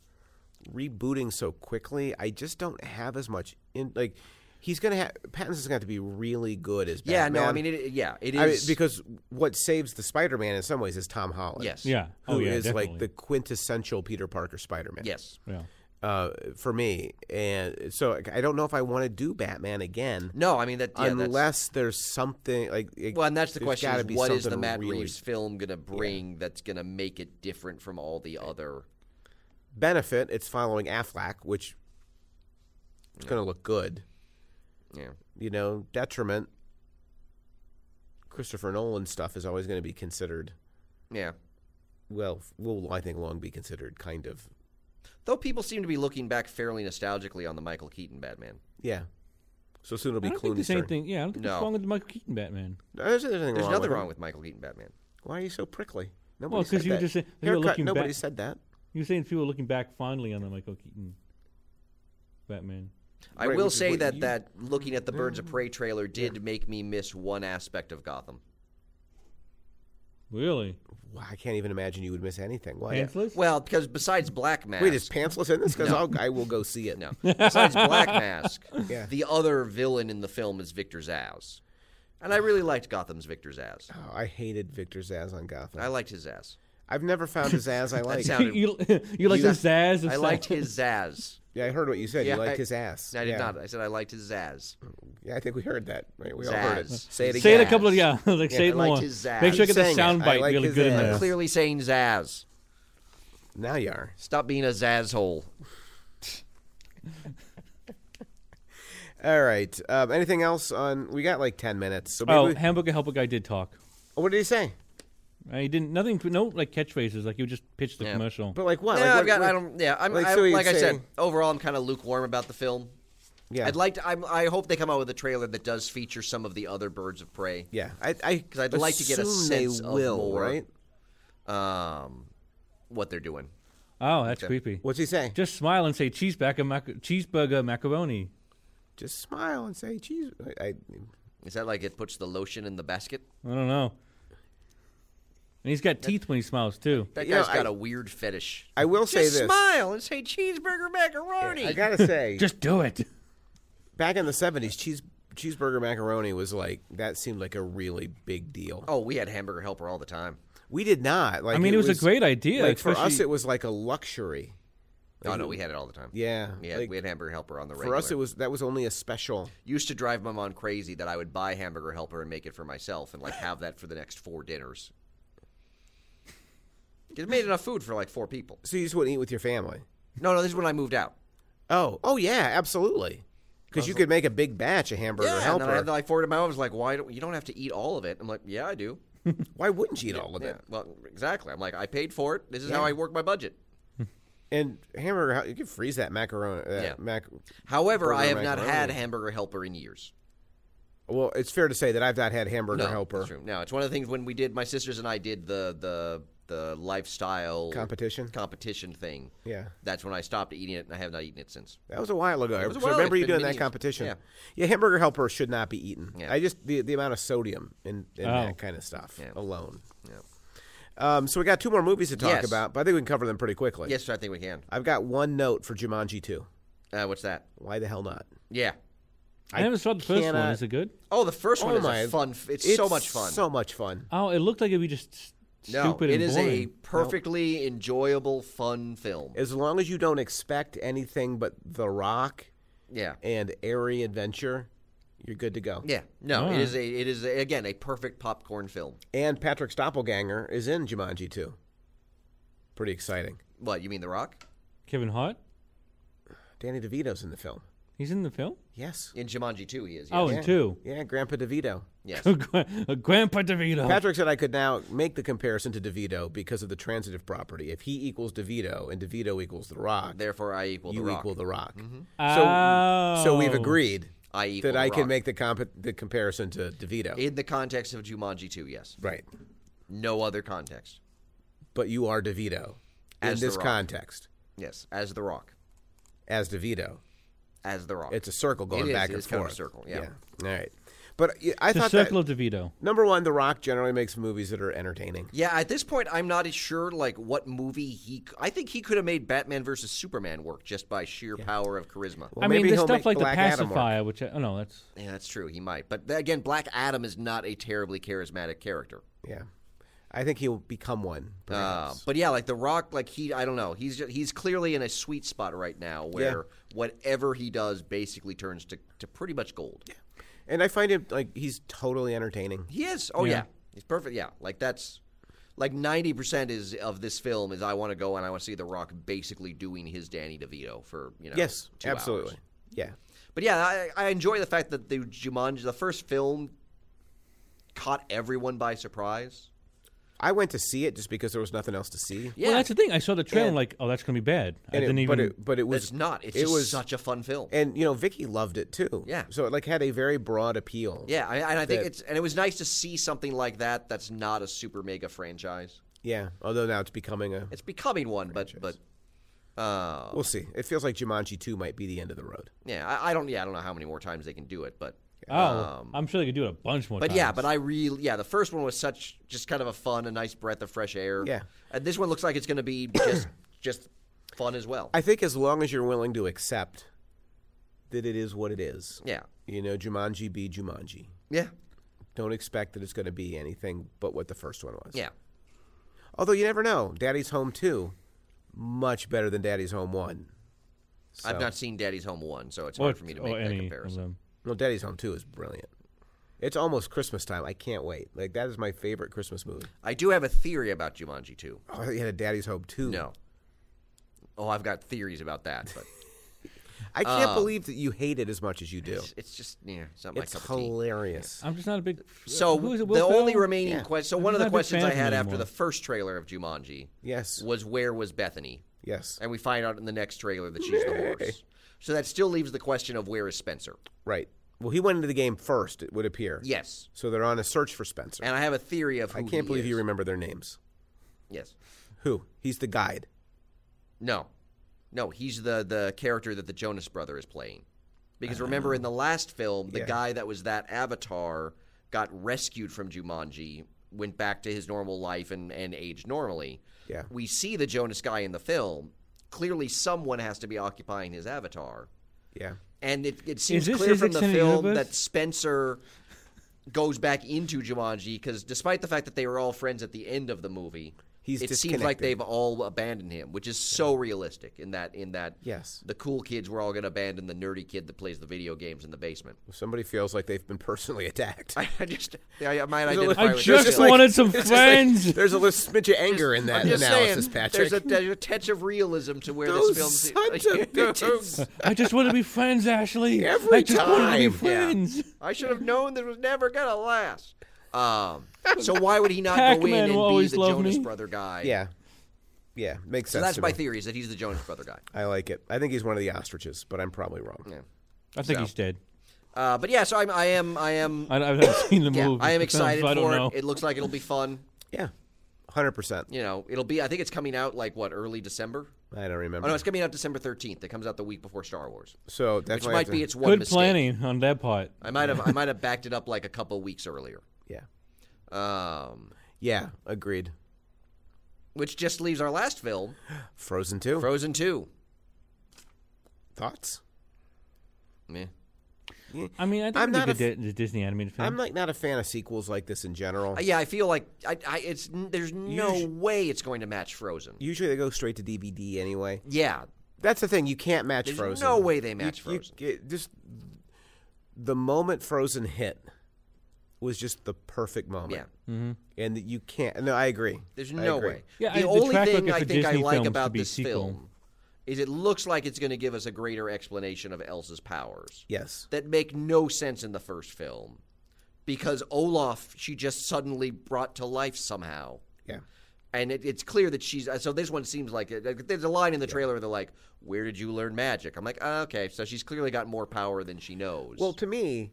C: rebooting so quickly, I just don't have as much in like he's gonna have Pattinson's gonna have to be really good as
B: Yeah,
C: Batman.
B: no. I mean, it, yeah, it is
C: I mean, because what saves the Spider Man in some ways is Tom Holland.
B: yes,
A: Yeah.
C: who
A: oh yeah,
C: is
A: definitely.
C: like the quintessential Peter Parker Spider Man.
B: yes.
A: yeah.
C: Uh, for me. And so like, I don't know if I want to do Batman again.
B: No, I mean that. Yeah, that's-
C: unless there's something like it-
B: Well, and that's the
C: there's
B: question:
C: gotta
B: is
C: be
B: what is the
C: something
B: Matt
C: really
B: Reeves film going to bring that's going to make it different from all the other?
C: benefit. It's following Affleck, which it's going to look good.
B: Yeah,
C: You know, detriment. Christopher Nolan stuff is always going to be considered.
B: yeah.
C: Well, f- will I think long be considered kind of.
B: Though people seem to be looking back fairly nostalgically on the Michael Keaton Batman.
C: Yeah. So soon it'll be
A: I don't think there's
C: Clooney's turn.
A: anything. Yeah, I don't think
B: No.
A: what's wrong with the Michael Keaton Batman.
C: No, there's nothing
B: There's
C: wrong.
B: nothing
C: with
B: wrong
C: It.
B: with Michael Keaton Batman.
C: Why are you so prickly? Nobody
A: Well, 'cause
C: because
A: you were just saying- you were
C: haircut.
A: looking
C: Nobody
A: back-
C: said that.
A: You're saying people are looking back fondly on the Michael Keaton Batman.
B: I
C: Right,
B: will
C: which is
B: say
C: what
B: that
C: you- Mm-hmm.
B: that looking at the Birds of Prey trailer did make me miss one aspect of Gotham.
A: Really?
C: Wow, I can't even imagine you would miss anything. Why? uh,
A: Pantsless?
B: Well, because besides Black Mask,
C: Wait, is pantsless in this? Because I'll I will go see it.
B: no, besides Black Mask,
C: Yeah.
B: the other villain in the film is Victor Zsasz, and I really liked Gotham's Victor Zsasz.
C: Oh, I hated Victor Zaz on Gotham.
B: I liked his ass.
C: I've never found his ass I like.
B: sound-
A: you, you like the Zazz? of
B: I liked
A: Zazz?
B: his zazz.
C: yeah, I heard what you said.
B: Yeah,
C: you liked
B: I-
C: his ass.
B: No, I did
C: yeah.
B: not. I said I liked his zazz.
C: Yeah, I think we heard that. Right? We all heard it.
B: Zazz.
C: Say it again.
A: Say it a
B: Zazz.
A: couple of yeah, like say
B: I
A: it
B: liked
A: more.
B: his Zazz.
A: Make sure I get the
C: Keep saying it.
A: sound
C: I
A: bite
C: like
A: really
C: his
A: good in
C: Zazz.
A: there.
C: Clear-
B: Clearly saying zazz.
C: Now you are.
B: Stop being a zazzhole.
C: All right. Um, anything else on? We got like ten minutes. So maybe
A: Oh,
C: we-
A: hamburger helper guy did talk.
C: what did he say?
A: Uh, He didn't nothing. No like catchphrases. Like you just pitched the
B: Yeah.
A: commercial.
C: But like what?
B: Yeah,
C: like,
B: I've
C: what-
B: got.
C: what-
B: I don't. Yeah, I'm.
C: like,
B: I,
C: so you'd
B: like I
C: say-
B: said, overall, I'm kind of lukewarm about the film.
C: Yeah.
B: I'd like to. I'm, I hope they come out with a trailer that does feature some of the other birds of prey.
C: Yeah. I. I.
B: 'Cause I'd like to get a
C: assume they
B: sense of
C: will,
B: more.
C: Right.
B: Um, what they're doing.
A: oh, that's creepy.
C: What's he say? Just,
A: Just smile and say cheeseburger, mac- cheeseburger macaroni.
C: smile and say, "Geez." I, I,
B: Is that like it puts the lotion in the basket?
A: I don't know. And he's got teeth when he smiles too.
B: That
C: You know,
B: guy's got
C: I-
B: a weird fetish.
C: I will say
B: Just
C: this.
B: smile and say cheeseburger macaroni.
C: I gotta say,
A: Just do it.
C: back in the '70s, cheese cheeseburger macaroni was like that seemed like a really big deal.
B: oh, we had hamburger helper all the time.
C: We did not. Like
A: I mean, it was a great idea,
C: Like for us,
A: especially-
C: it was like a luxury.
B: Oh no, we had it all the time.
C: Yeah,
B: we had,
C: like,
B: we had hamburger helper on the
C: for
B: regular.
C: us, it was that was only a special.
B: used to drive my mom crazy that I would buy hamburger helper and make it for myself and like have that for the next four dinners. It made enough food for like four people.
C: So you just wouldn't eat with your family.
B: No, no, this is when I moved out.
C: Oh, oh yeah, absolutely. Because you could make a big batch of hamburger
B: Yeah, and
C: helper.
B: then I, then I forwarded my mom. I was like, "Why don't you don't have to eat all of it?" I'm like, "Yeah, I do."
C: Why wouldn't you eat all of
B: Yeah,
C: that?
B: well, exactly. I'm like, I paid for it. This is how I work my budget.
C: And hamburger, hel- you could freeze that macaroni. That
B: Yeah.
C: mac.
B: However, I
C: Burger
B: have not
C: macaroni.
B: had hamburger helper in years.
C: Well, it's fair to say that I've not had hamburger
B: No,
C: helper
B: that's true. No, it's one of the things when we did my sisters and I did the the the lifestyle
C: competition.
B: competition thing.
C: Yeah.
B: That's when I stopped eating it, and I have not eaten it since.
C: That was a while ago. I
B: was a
C: so
B: while ago.
C: remember
B: It's
C: you
B: been
C: doing
B: many
C: that
B: years.
C: competition.
B: Yeah.
C: hamburger helper should not be eaten.
B: Yeah.
C: I just the, the amount of sodium in, in
A: Oh.
C: that kind of stuff alone.
B: Yeah.
C: Um, so we got two more movies to talk
B: Yes.
C: about, but I think we can cover them pretty quickly.
B: Yes, I think we can.
C: I've got one note for Jumanji 2.
B: Uh, what's that?
C: Why the hell not?
B: Yeah.
A: I, never saw the first one.
C: cannot-
A: Is it good?
B: Oh, the first one
C: Oh
B: is
C: my-
B: a fun. f- It's, so much fun.
C: So much fun.
A: Oh, it looked like it'd be just s-
B: no,
A: stupid
B: it
A: and
B: is
A: boring.
B: a perfectly enjoyable, fun film.
C: As long as you don't expect anything but The Rock
B: yeah.
C: and airy adventure, you're good to go.
B: Yeah. No,
A: Alright.
B: it is a. It is a, again a perfect popcorn film.
C: And Patrick Stoppelganger is in Jumanji 2. Pretty exciting.
B: What you mean, The Rock
A: Kevin Hart.
C: Danny DeVito's in the film.
A: He's in the film.
C: Yes.
B: in Jumanji Two? He is.
A: Oh,
B: yes.
A: and two. Uh-huh.
C: Yeah, Grandpa DeVito.
B: yes.
A: Gra- Grandpa DeVito.
C: Patrick said I could now make the comparison to DeVito because of the transitive property. If he equals DeVito and DeVito equals The Rock,
B: Therefore, I equal
C: you
B: The Rock. Mm-hmm.
C: equal The Rock.
A: oh.
C: So we've agreed
B: I equal
C: that
B: The
C: I
B: Rock.
C: can make the comp- the comparison to DeVito.
B: in the context of Jumanji Two. Yes.
C: right.
B: No other context.
C: But you are DeVito in
B: As The
C: this
B: Rock.
C: context
B: Yes, as The Rock.
C: as DeVito.
B: As The Rock.
C: It's a circle going
B: is,
C: back and
B: it's
C: forth.
B: kind of a circle, yeah.
C: All right. But uh, I
A: the
C: thought
A: Circle
C: that
A: of DeVito.
C: number one, The Rock generally makes movies that are entertaining.
B: yeah, at this point, I'm not as sure like what movie he. c- I think he could have made Batman versus Superman work just by sheer power of charisma.
C: Well,
A: I mean,
C: maybe
A: there's
C: he'll
A: stuff
C: make
A: like
C: Black
A: the
C: Adam work.
A: pacifier, which I, oh no, that's
B: Yeah, that's true. He might, but th- again, Black Adam is not a terribly charismatic character.
C: Yeah. I think he'll become one.
B: Uh,
C: perhaps.
B: but yeah, like The Rock, like he, I don't know, he's ju- he's clearly in a sweet spot right now where whatever he does basically turns to, to pretty much gold.
C: and I find him like he's totally entertaining.
B: He is. Oh yeah.
A: Yeah.
B: he's perfect. Yeah, like that's like ninety percent is of this film is I want to go and I want to see The Rock basically doing his Danny DeVito for you know
C: Yes,
B: two hours.
C: absolutely. Yeah.
B: But yeah, I, I enjoy the fact that the Jumanji, the first film, caught everyone by surprise.
C: I went to see it just because there was nothing else to see.
B: Yeah,
A: well, that's the thing. I saw the trailer,
B: And-
A: like, oh, that's gonna be bad. I
C: And it-
A: didn't even.
C: but it but it was
B: it's not. It's
C: it
B: just
C: was
B: such a fun film.
C: and you know Vicky loved it too.
B: Yeah.
C: So it like had a very broad appeal.
B: Yeah, I, and I think
C: that-
B: it's and it was nice to see something like that. That's not a super mega franchise.
C: Yeah. Although now it's becoming a
B: It's becoming one, but but uh,
C: we'll see. It feels like Jumanji 2 might be the end of the road.
B: yeah, I, I don't. Yeah, I don't know how many more times they can do it, but um,
A: oh, I'm sure they could do it a bunch more.
B: but
A: times.
B: yeah, but I really yeah, the first one was such just kind of a fun, a nice breath of fresh air.
C: Yeah.
B: and this one looks like it's going to be just just fun as well.
C: I think as long as you're willing to accept that it is what it is.
B: yeah,
C: You know, Jumanji be Jumanji.
B: yeah,
C: Don't expect that it's going to be anything but what the first one was.
B: yeah.
C: Although you never know. Daddy's Home 2, much better than Daddy's Home 1. So-
B: I've not seen Daddy's Home one, so it's
A: or,
B: hard for me to
A: or
B: make that
A: Oh, any
B: comparison.
A: Of them.
C: Well, Daddy's Home 2 is brilliant. It's almost Christmas time. I can't wait. Like, that is my favorite Christmas movie.
B: I do have a theory about Jumanji too.
C: Oh, I thought you had a Daddy's Home 2.
B: No, oh, I've got theories about that, but.
C: I can't believe that you hate it as much as you do.
B: Um, It's just yeah, it's not my
C: It's
B: cup of tea.
C: hilarious.
A: I'm just not a big. uh,
B: So
A: who is
B: the
A: it, Will
B: only
A: Ferrell?
B: remaining
C: Yeah.
B: question. So
A: I'm
B: one of
A: not
B: the
A: a big
B: questions
A: fan
B: I
A: of him
B: had after
A: anymore.
B: the first trailer of Jumanji
C: Yes.
B: was where was Bethany,
C: Yes.
B: and we find out in the next trailer that she's the horse. So that still leaves the question of where is Spencer?
C: Right. Well, he went into the game first, it would appear.
B: Yes,
C: So they're on a search for Spencer.
B: and I have a theory of who
C: I can't
B: he
C: believe
B: is.
C: you remember their names.
B: Yes,
C: Who? He's the guide.
B: no, no, he's the the character that the Jonas brother is playing. Because remember in the last film, the
C: Oh. Yeah.
B: guy that was that avatar got rescued from Jumanji, went back to his normal life and and aged normally.
C: Yeah.
B: we see the Jonas guy in the film. Clearly, someone has to be occupying his avatar,
C: Yeah.
B: and it, it seems
A: this
B: clear from the
A: Extended
B: film
A: Universe?
B: that Spencer goes back into Jumanji because, despite the fact that they were all friends at the end of the movie,
C: He's
B: it seems like
C: disconnected.
B: they've all abandoned him, which is so realistic in that in that
C: Yes.
B: the cool kids were all going to abandon the nerdy kid that plays the video games in the basement.
C: Somebody feels like they've been personally attacked.
B: I just I, I might
C: There's a
B: identify
C: little-
A: I
B: with
C: there's
A: just
B: that.
A: wanted some
C: it's just like-
A: friends.
C: there's a little smidge of anger in that
B: I'm just
C: analysis,
B: saying,
C: Patrick.
B: There's a, there's a touch of realism to where
C: Those
B: this
C: sons
B: film.
C: of bitches.
A: I just want to be friends, Ashley.
C: Every
A: I just wanted to
C: time.
A: be friends.
B: I should have known this was never gonna last. Um, so why would he not go
A: Pac-Man
B: in
A: will
B: and be
A: always
B: the
A: love
B: Jonas
A: me.
B: Brother guy?
C: Yeah, yeah, makes
B: So
C: sense.
B: that's
C: to
B: my
C: me.
B: theory is that he's the Jonas Brother guy.
C: I like it. I think he's one of the ostriches, but I'm probably wrong.
A: I think he's dead.
B: Uh, but yeah, so I'm, I am, I am,
A: I, I've not seen the
B: yeah,
A: movie.
B: I am
A: so
B: excited
A: I don't
B: for
A: know.
B: it. It looks like it'll be fun.
C: Yeah, hundred percent.
B: You know, it'll be. I think it's coming out like what early December.
C: I don't remember.
B: Oh no, it's coming out December thirteenth. It comes out the week before Star Wars,
C: so
B: which
C: definitely have
B: might
C: to-
B: be its one
A: Good
B: mistake.
A: planning on that part.
B: I might have, I might have backed it up like a couple weeks earlier.
C: Yeah,
B: Um,
C: yeah, agreed.
B: which just leaves our last film,
C: Frozen two.
B: Frozen Two.
C: Thoughts?
B: Meh.
A: I mean, I think
C: I'm
A: it's a
C: not a
A: good Di- Disney animated film.
C: I'm like not a fan of sequels like this in general.
B: Uh, Yeah, I feel like I, I it's n- there's no
C: Usu-
B: way it's going to match Frozen.
C: Usually they go straight to DVD anyway.
B: Yeah,
C: That's the thing. You can't match
B: There's
C: Frozen.
B: no way they
C: You-
B: match
C: you-
B: Frozen.
C: it- just the moment Frozen hit was just the perfect moment.
B: yeah. Mm-hmm.
C: and that you can't. No, I agree.
B: There's
C: I
B: no
C: agree.
B: way.
A: Yeah, I-
B: the
A: the
B: only
A: track
B: thing
A: record
B: I
A: for
B: think I
A: Disney
B: like
A: films
B: about
A: to be
B: this
A: sequel.
B: film is it looks like it's going to give us a greater explanation of Elsa's powers
C: Yes.
B: that make no sense in the first film because Olaf she just suddenly brought to life somehow.
C: Yeah.
B: And it, it's clear that she's uh, so. This one seems like like, there's a line in the trailer where they're like, "Where did you learn magic?" I'm like, "Ah, "Okay, so she's clearly got more power than she knows."
C: Well, to me,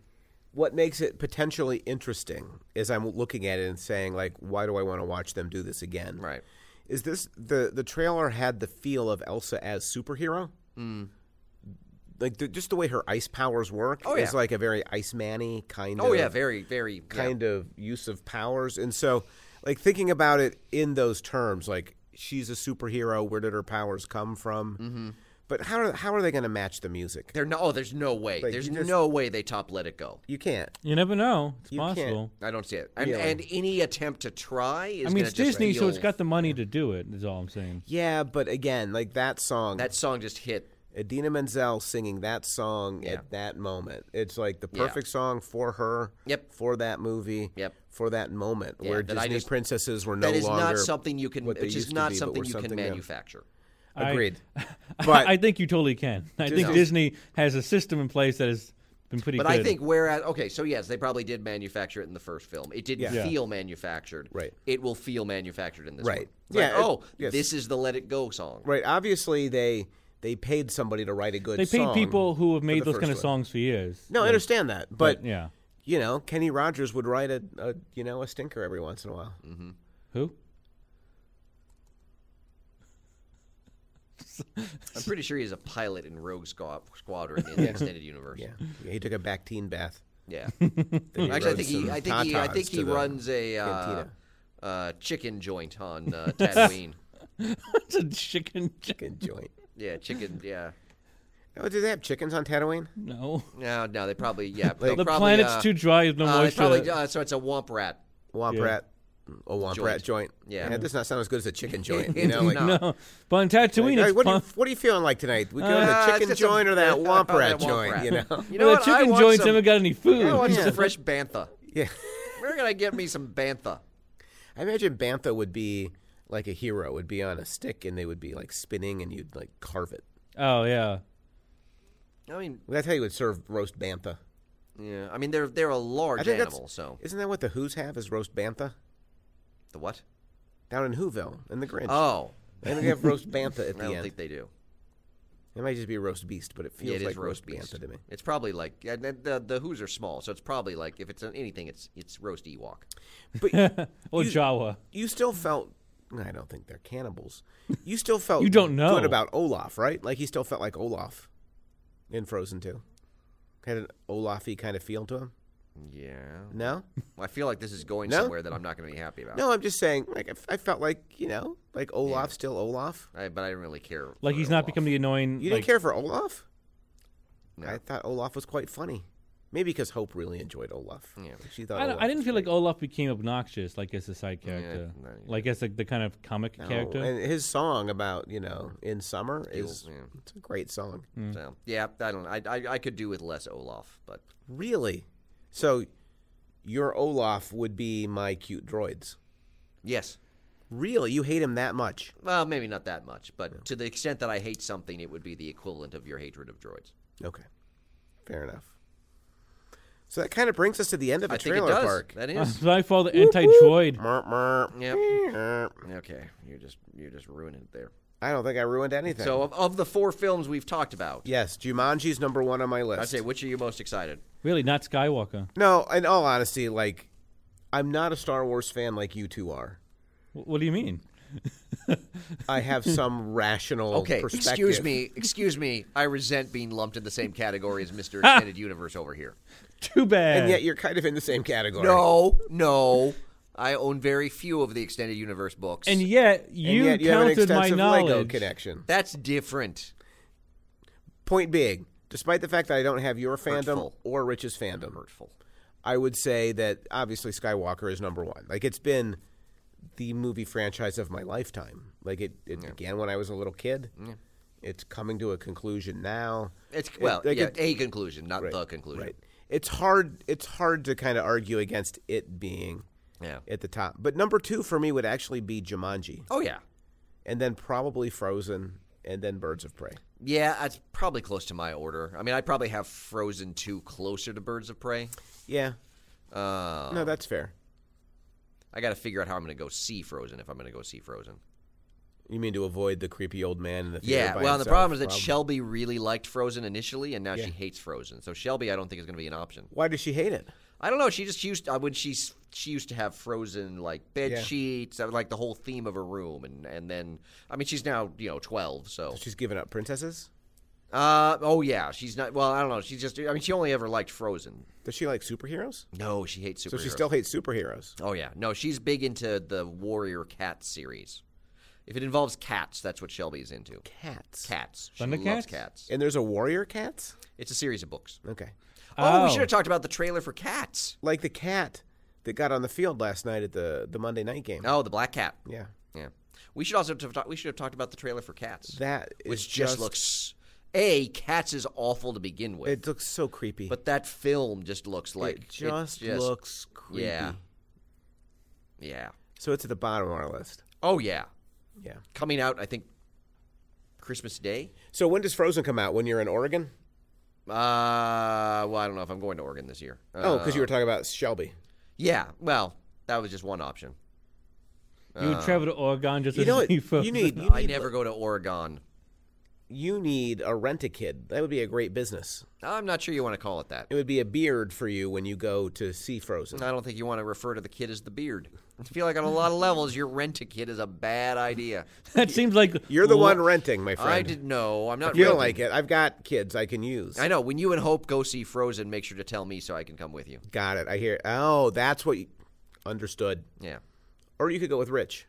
C: what makes it potentially interesting is I'm looking at it and saying like, why do I want to watch them do this again?
B: Right.
C: Is this the the trailer had the feel of Elsa as superhero? Mm.
B: Hmm.
C: Like the, just the way her ice powers work
B: Oh,
C: is
B: yeah.
C: like a very Iceman-y kind of
B: oh yeah, very, very yeah.
C: kind of use of powers. And so, like thinking about it in those terms, like she's a superhero. Where did her powers come from? Mm-hmm. But how are, how are they going to match the music?
B: They're no. Oh, there's no way.
C: Like,
B: there's
C: you just-
B: no way they top "Let It Go."
C: You can't.
A: You never know. It's
C: You can't-
A: possible.
B: I don't see it. And,
C: Really?
B: and any attempt to try is.
A: I mean,
B: gonna
A: it's
B: just
A: Disney, so
B: feel-
A: it's got the money to do it. Is all I'm saying.
C: Yeah, but again, like that song,
B: that song just hit.
C: Adina Menzel singing that song
B: Yeah.
C: at that moment. It's like the
B: Yeah.
C: perfect song for her.
B: Yep.
C: For that movie.
B: Yep.
C: For that moment
B: Yeah,
C: where
B: that I
C: Disney
B: just-
C: princesses were no
B: That is
C: longer
B: not something you can.
C: what they
B: Which
C: used
B: is
C: to
B: not
C: be, but
B: something
C: were
B: you can
C: something else.
B: manufacture.
A: I-
C: Agreed.
A: I,
C: But
A: think you totally can. I think
C: Disney-
A: Disney has a system in place that has been pretty
B: But
A: good.
B: I think whereas okay, so yes, they probably did manufacture it in the first film. It didn't
A: Yeah. Yeah.
B: feel manufactured.
C: Right.
B: It will feel manufactured in this one.
C: Right.
B: It's like,
C: Yeah, it-
B: oh,
C: yes.
B: this is the "Let It Go" song.
C: Right. Obviously, they they paid somebody to write a good.
A: they paid
C: song
A: people who have
C: for
A: made
C: the
A: those
C: first
A: kind of
C: one.
A: songs for years.
C: No, I understand that, but,
A: yeah.
C: you know, Kenny Rogers would write a, a you know a stinker every once in a while.
B: Mm-hmm.
A: Who?
B: I'm pretty sure he's a pilot in Rogue Squad- Squadron in the extended universe.
C: Yeah. yeah, he took a Bactine bath.
B: Yeah.
C: Then he
B: Actually, I
C: rode
B: think he.
C: some
B: I think he. I
C: tatas
B: think
C: to
B: he
C: the-
B: runs a uh,
C: cantina.
B: uh, chicken joint on uh, Tatooine.
A: It's a chicken. chicken.
C: Good joint.
B: yeah, chicken. Yeah.
C: Oh, do they have chickens on Tatooine?
A: No.
B: No, no, they probably. Yeah, they
A: The
B: probably,
A: planet's
B: uh,
A: too dry. There's no
B: uh,
A: moisture.
B: it's probably, uh, so it's a womp rat.
C: Womp
A: Yeah.
C: rat. A womp
B: Joint.
C: rat joint.
B: Yeah.
C: That does not sound as good as a chicken joint.
B: It
C: You know,
B: does
C: like,
B: not.
A: no. But on Tatooine,
C: Hey,
A: it's
C: what, are you,
A: fun-
C: what are you feeling like tonight? We go
B: Uh,
C: to the
B: it's
C: chicken
B: just a-
C: joint or that womp
B: that womp
C: rat joint?
B: rat.
C: You know.
B: You know
A: well,
B: what?
A: the
B: I
A: chicken
B: want
A: joints
B: some-
A: haven't got any food.
B: I want some fresh bantha.
C: Yeah.
B: Where can I get me some bantha?
C: I imagine bantha would be like a hero. Would be on a stick and they would be like spinning and you'd like carve it.
A: Oh yeah.
B: I mean,
C: Well, that's how you would serve roast bantha.
B: yeah, I mean they're they're a large
C: I think that's-
B: animal, so
C: Isn't that what the Who's have is roast bantha
B: the what?
C: down in Whoville in the Grinch?
B: Oh,
C: I think they have roast bantha at
B: I
C: the
B: don't
C: end.
B: think they do.
C: It might just be roast beast, but it feels
B: Yeah, it is
C: like
B: roast
C: roast,
B: beast.
C: bantha to me.
B: It's probably like yeah, the, the the Who's are small, so it's probably like if it's anything, it's it's roast Ewok.
C: But
A: Or
C: You-
A: Jawa.
C: you still felt. I don't think they're cannibals. You still felt
A: You don't know.
C: good about Olaf, right? Like he still felt like Olaf in Frozen Two. Had an Olafy kind of feel to him.
B: Yeah,
C: No,
B: I feel like this is going
C: No?
B: somewhere that I'm not going to be happy about.
C: no. I'm just saying. Like I f- I, felt like you know, like Olaf still Olaf.
B: I, but I didn't really care.
A: Like
B: for
A: he's not
B: Olaf.
A: become the annoying.
C: You
A: like,
C: didn't care for Olaf.
B: No.
C: I thought Olaf was quite funny. Maybe because Hope really enjoyed Olaf. Yeah. She thought
A: I, don't-
C: Olaf
A: I didn't
C: was
A: feel
C: great.
A: like Olaf became obnoxious, like as a side character,
B: no, yeah.
A: like as like the kind of comic
C: No,
A: character.
C: And his song about you know in summer is
B: yeah.
C: it's a great song.
B: So yeah, I don't. know. I, I I could do with less Olaf, but
C: Really, so your Olaf would be my cute droids.
B: yes.
C: Really, you hate him that much?
B: Well, maybe not that much, but to the extent that I hate something, it would be the equivalent of your hatred of droids.
C: Okay, fair enough. So that kind of brings us to the end of the
B: I think it
C: trailer
B: does.
C: park.
B: That
A: Uh,
B: is.
A: so I fall the anti-droid.
C: Mer- mer-
B: Yep.
C: mer.
B: Okay, you're just you're just ruining it there.
C: I don't think I ruined anything.
B: So of, of the four films we've talked about,
C: yes, Jumanji's number one on my list.
B: I'd say which are you most excited?
A: Really, not Skywalker.
C: No, in all honesty, like I'm not a Star Wars fan like you two are.
A: Wh- what do you mean?
C: I have some rational
B: Okay,
C: perspective.
B: excuse me, excuse me. I resent being lumped in the same category as Mr. Extended Universe over here.
A: Too bad.
C: And yet you're kind of in the same category.
B: No, no. I own very few of the Extended Universe books.
A: And yet
C: And
A: you,
C: yet you have an
A: counted my
C: extensive
A: knowledge.
C: Lego connection.
B: that's different.
C: Point being, despite the fact that I don't have your fandom
B: Hurtful.
C: or Rich's fandom,
B: Hurtful.
C: I would say that obviously Skywalker is number one. Like it's been the movie franchise of my lifetime. Like it, it began when I was a little kid. It's coming to a conclusion now.
B: It's
C: It-
B: well,
C: like
B: yeah,
C: it-
B: a conclusion, not
C: Right,
B: the conclusion.
C: Right. It's hard. It's hard to kind of argue against it being
B: Yeah.
C: at the top. But number two for me would actually be Jumanji,
B: Oh yeah,
C: and then probably Frozen, and then Birds of Prey.
B: yeah. That's probably close to my order. I mean, I probably have Frozen two closer to Birds of Prey.
C: Yeah.
B: Uh,
C: No, that's fair.
B: I got to figure out how I'm going to go see Frozen if I'm going to go see Frozen.
C: You mean to avoid the creepy old man in the theater
B: Yeah.
C: by
B: Well, and the
C: himself,
B: problem is that
C: probably.
B: Shelby really liked Frozen initially, and now
C: Yeah.
B: she hates Frozen. So Shelby, I don't think is going to be an option.
C: Why does she hate it?
B: I don't know. She just used uh, when she s- she used to have frozen like bed
C: Yeah.
B: sheets, uh, like the whole theme of her room, and and then I mean she's now you know twelve, so
C: She's given up princesses.
B: uh oh yeah, she's not. Well, I don't know. She's just. I mean, she only ever liked Frozen.
C: Does she like superheroes?
B: No, she hates superheroes.
C: So she still hates superheroes.
B: Oh yeah, no, she's big into the Warrior Cat series. If it involves cats, that's what Shelby's into.
C: Cats.
B: Cats. She
A: Thundercats?
B: loves cats.
C: And there's a warrior cats.
B: It's a series of books.
C: Okay.
B: Oh,
A: Oh.
B: we should have talked about the trailer for Cats.
C: Like the cat that got on the field last night at the the Monday night game.
B: Oh, the black cat.
C: Yeah.
B: Yeah. We should also have talked, we should have talked about the trailer for Cats.
C: That is
B: which just, looks a cats is awful to begin with
C: It looks so creepy.
B: but that film just looks like
C: it just, looks creepy.
B: yeah yeah
C: So it's at the bottom of our list.
B: oh yeah
C: Yeah.
B: coming out i think christmas day
C: So when does Frozen come out? When you're in Oregon?
B: uh well i don't know if i'm going to oregon this year uh,
C: Oh, because you were talking about Shelby.
B: yeah well that was just one option
A: You would travel to Oregon just
C: Ah. You
A: to
C: know what?
A: see Frozen.
C: You need. You
B: i
C: need,
B: never go to oregon
C: you need a rent a kid. That would be a great business.
B: i'm not sure you want to call it that
C: It would be a beard for you when you go to see Frozen.
B: I don't think you want to refer to the kid as the beard. I feel like on a lot of levels, your rent a kid is a bad idea.
A: That seems like
C: You're the
A: lo-
C: one renting, my friend.
B: I didn't know. I'm not.
C: You don't
B: renting.
C: like it. I've got kids I can use.
B: I know. When you and Hope go see Frozen, make sure to tell me so I can come with you.
C: got it. I hear. Oh, that's what. You, understood.
B: Yeah.
C: Or you could go with Rich.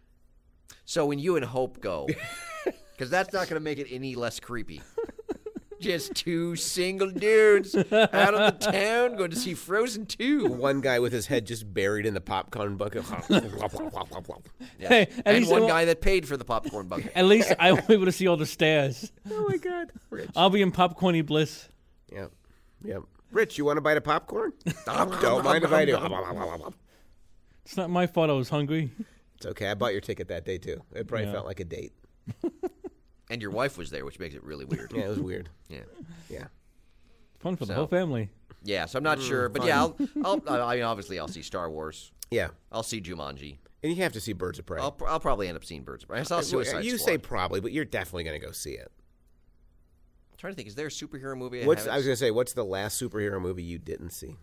B: So when you and Hope go, because that's not going to make it any less creepy. Just two single dudes out on the town going to see Frozen 2.
C: One guy with his head just buried in the popcorn bucket. oh
B: Yeah.
A: Hey, at
B: and
A: least-
B: one guy that paid for the popcorn bucket.
A: At least I will be able to see all the stairs.
C: my god, Rich.
A: I'll be in popcorny bliss.
C: Yep. Yep. Rich, you want a bite of popcorn? Don't mind if I do.
A: It's not my fault I was hungry.
C: It's okay. I bought your ticket that day too. It probably
A: Yeah.
C: felt like a date.
B: And your wife was there, which makes it really weird.
C: Yeah, it was weird.
B: Yeah.
C: Yeah.
A: Fun for the
B: So.
A: whole family.
B: Yeah, so I'm not sure. But yeah, I'll, I'll, I mean, obviously, I'll see Star Wars.
C: Yeah.
B: I'll see Jumanji.
C: And you have to see Birds of Prey.
B: I'll, pr- I'll probably end up seeing Birds of Prey. I saw Suicide
C: Uh, you
B: Squad.
C: say probably, but you're definitely going to go see it.
B: I'm trying to think, is there a superhero movie I,
C: What's
B: haven't
C: I was going to say, what's the last superhero movie you didn't see?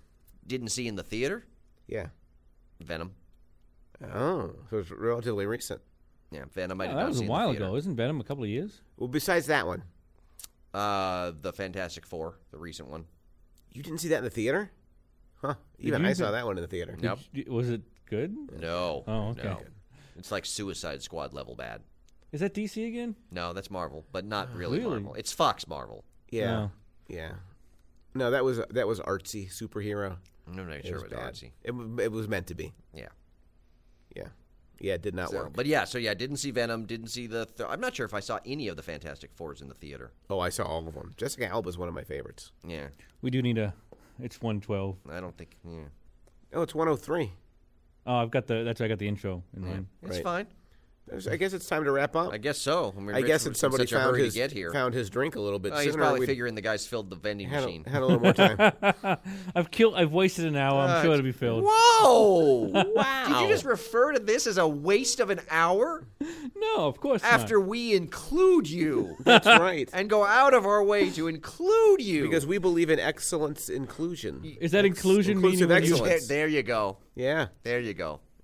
B: didn't see in the theater?
C: Yeah.
B: Venom.
C: Oh, so it's relatively recent.
B: Yeah, Venom. I did
A: Oh,
B: not
A: that was
B: see
A: a
B: in the
A: while
B: theater.
A: ago. Isn't Venom a couple of years?
C: Well, besides that one,
B: Uh, the Fantastic Four, the recent one.
C: you didn't see that in the theater? Huh. Even
A: you
C: I
A: see-
C: saw that one in the theater.
A: Did
B: Nope.
A: you- was it good?
B: No.
A: Oh, okay.
B: No. It's like Suicide Squad level bad.
A: Is that DC again?
C: Uh,
B: No, that's Marvel, but not really,
A: Really?
B: Marvel. It's Fox Marvel.
C: Yeah.
A: No.
C: Yeah. No, that was that was artsy superhero.
B: I'm not really
C: It
B: sure
C: was
B: it was
C: bad.
B: artsy.
C: It, wa- it was meant to be.
B: Yeah.
C: Yeah, yeah, it did not
B: So,
C: work.
B: but yeah, so yeah, didn't see Venom, didn't see the. Th- I'm not sure if I saw any of the Fantastic Fours in the theater.
C: Oh, I saw all of them. Jessica Alba's one of my favorites.
B: Yeah,
A: We do need a. It's one twelve.
B: I don't think. Yeah,
C: Oh, it's 103.
A: Oh, I've got the. That's why I got the intro in mind.
B: it's
C: Right.
B: fine.
C: There's- I guess it's time to wrap up.
B: I guess so. I, mean,
C: I
B: Rich
C: guess
B: was
C: if
B: in
C: somebody
B: such a
C: found
B: hurry
C: his
B: to get here,
C: found his drink a little bit
B: Oh, he's
C: sooner,
B: probably
C: we'd
B: figuring the guys filled the vending
C: had
B: machine.
C: a, had a little more time.
A: I've killed. I've wasted an hour. I'm sure it'll be filled.
B: Whoa! wow! Did you just refer to this as a waste of an hour
A: No, of course
B: after
A: not.
B: we include you
C: That's right.
B: and go out of our way to include you?
C: Because we believe in excellence inclusion.
A: Is that inclusion meaning
C: inclusive
A: when you
C: excellence.
B: there, there you go.
C: Yeah.
B: There you go.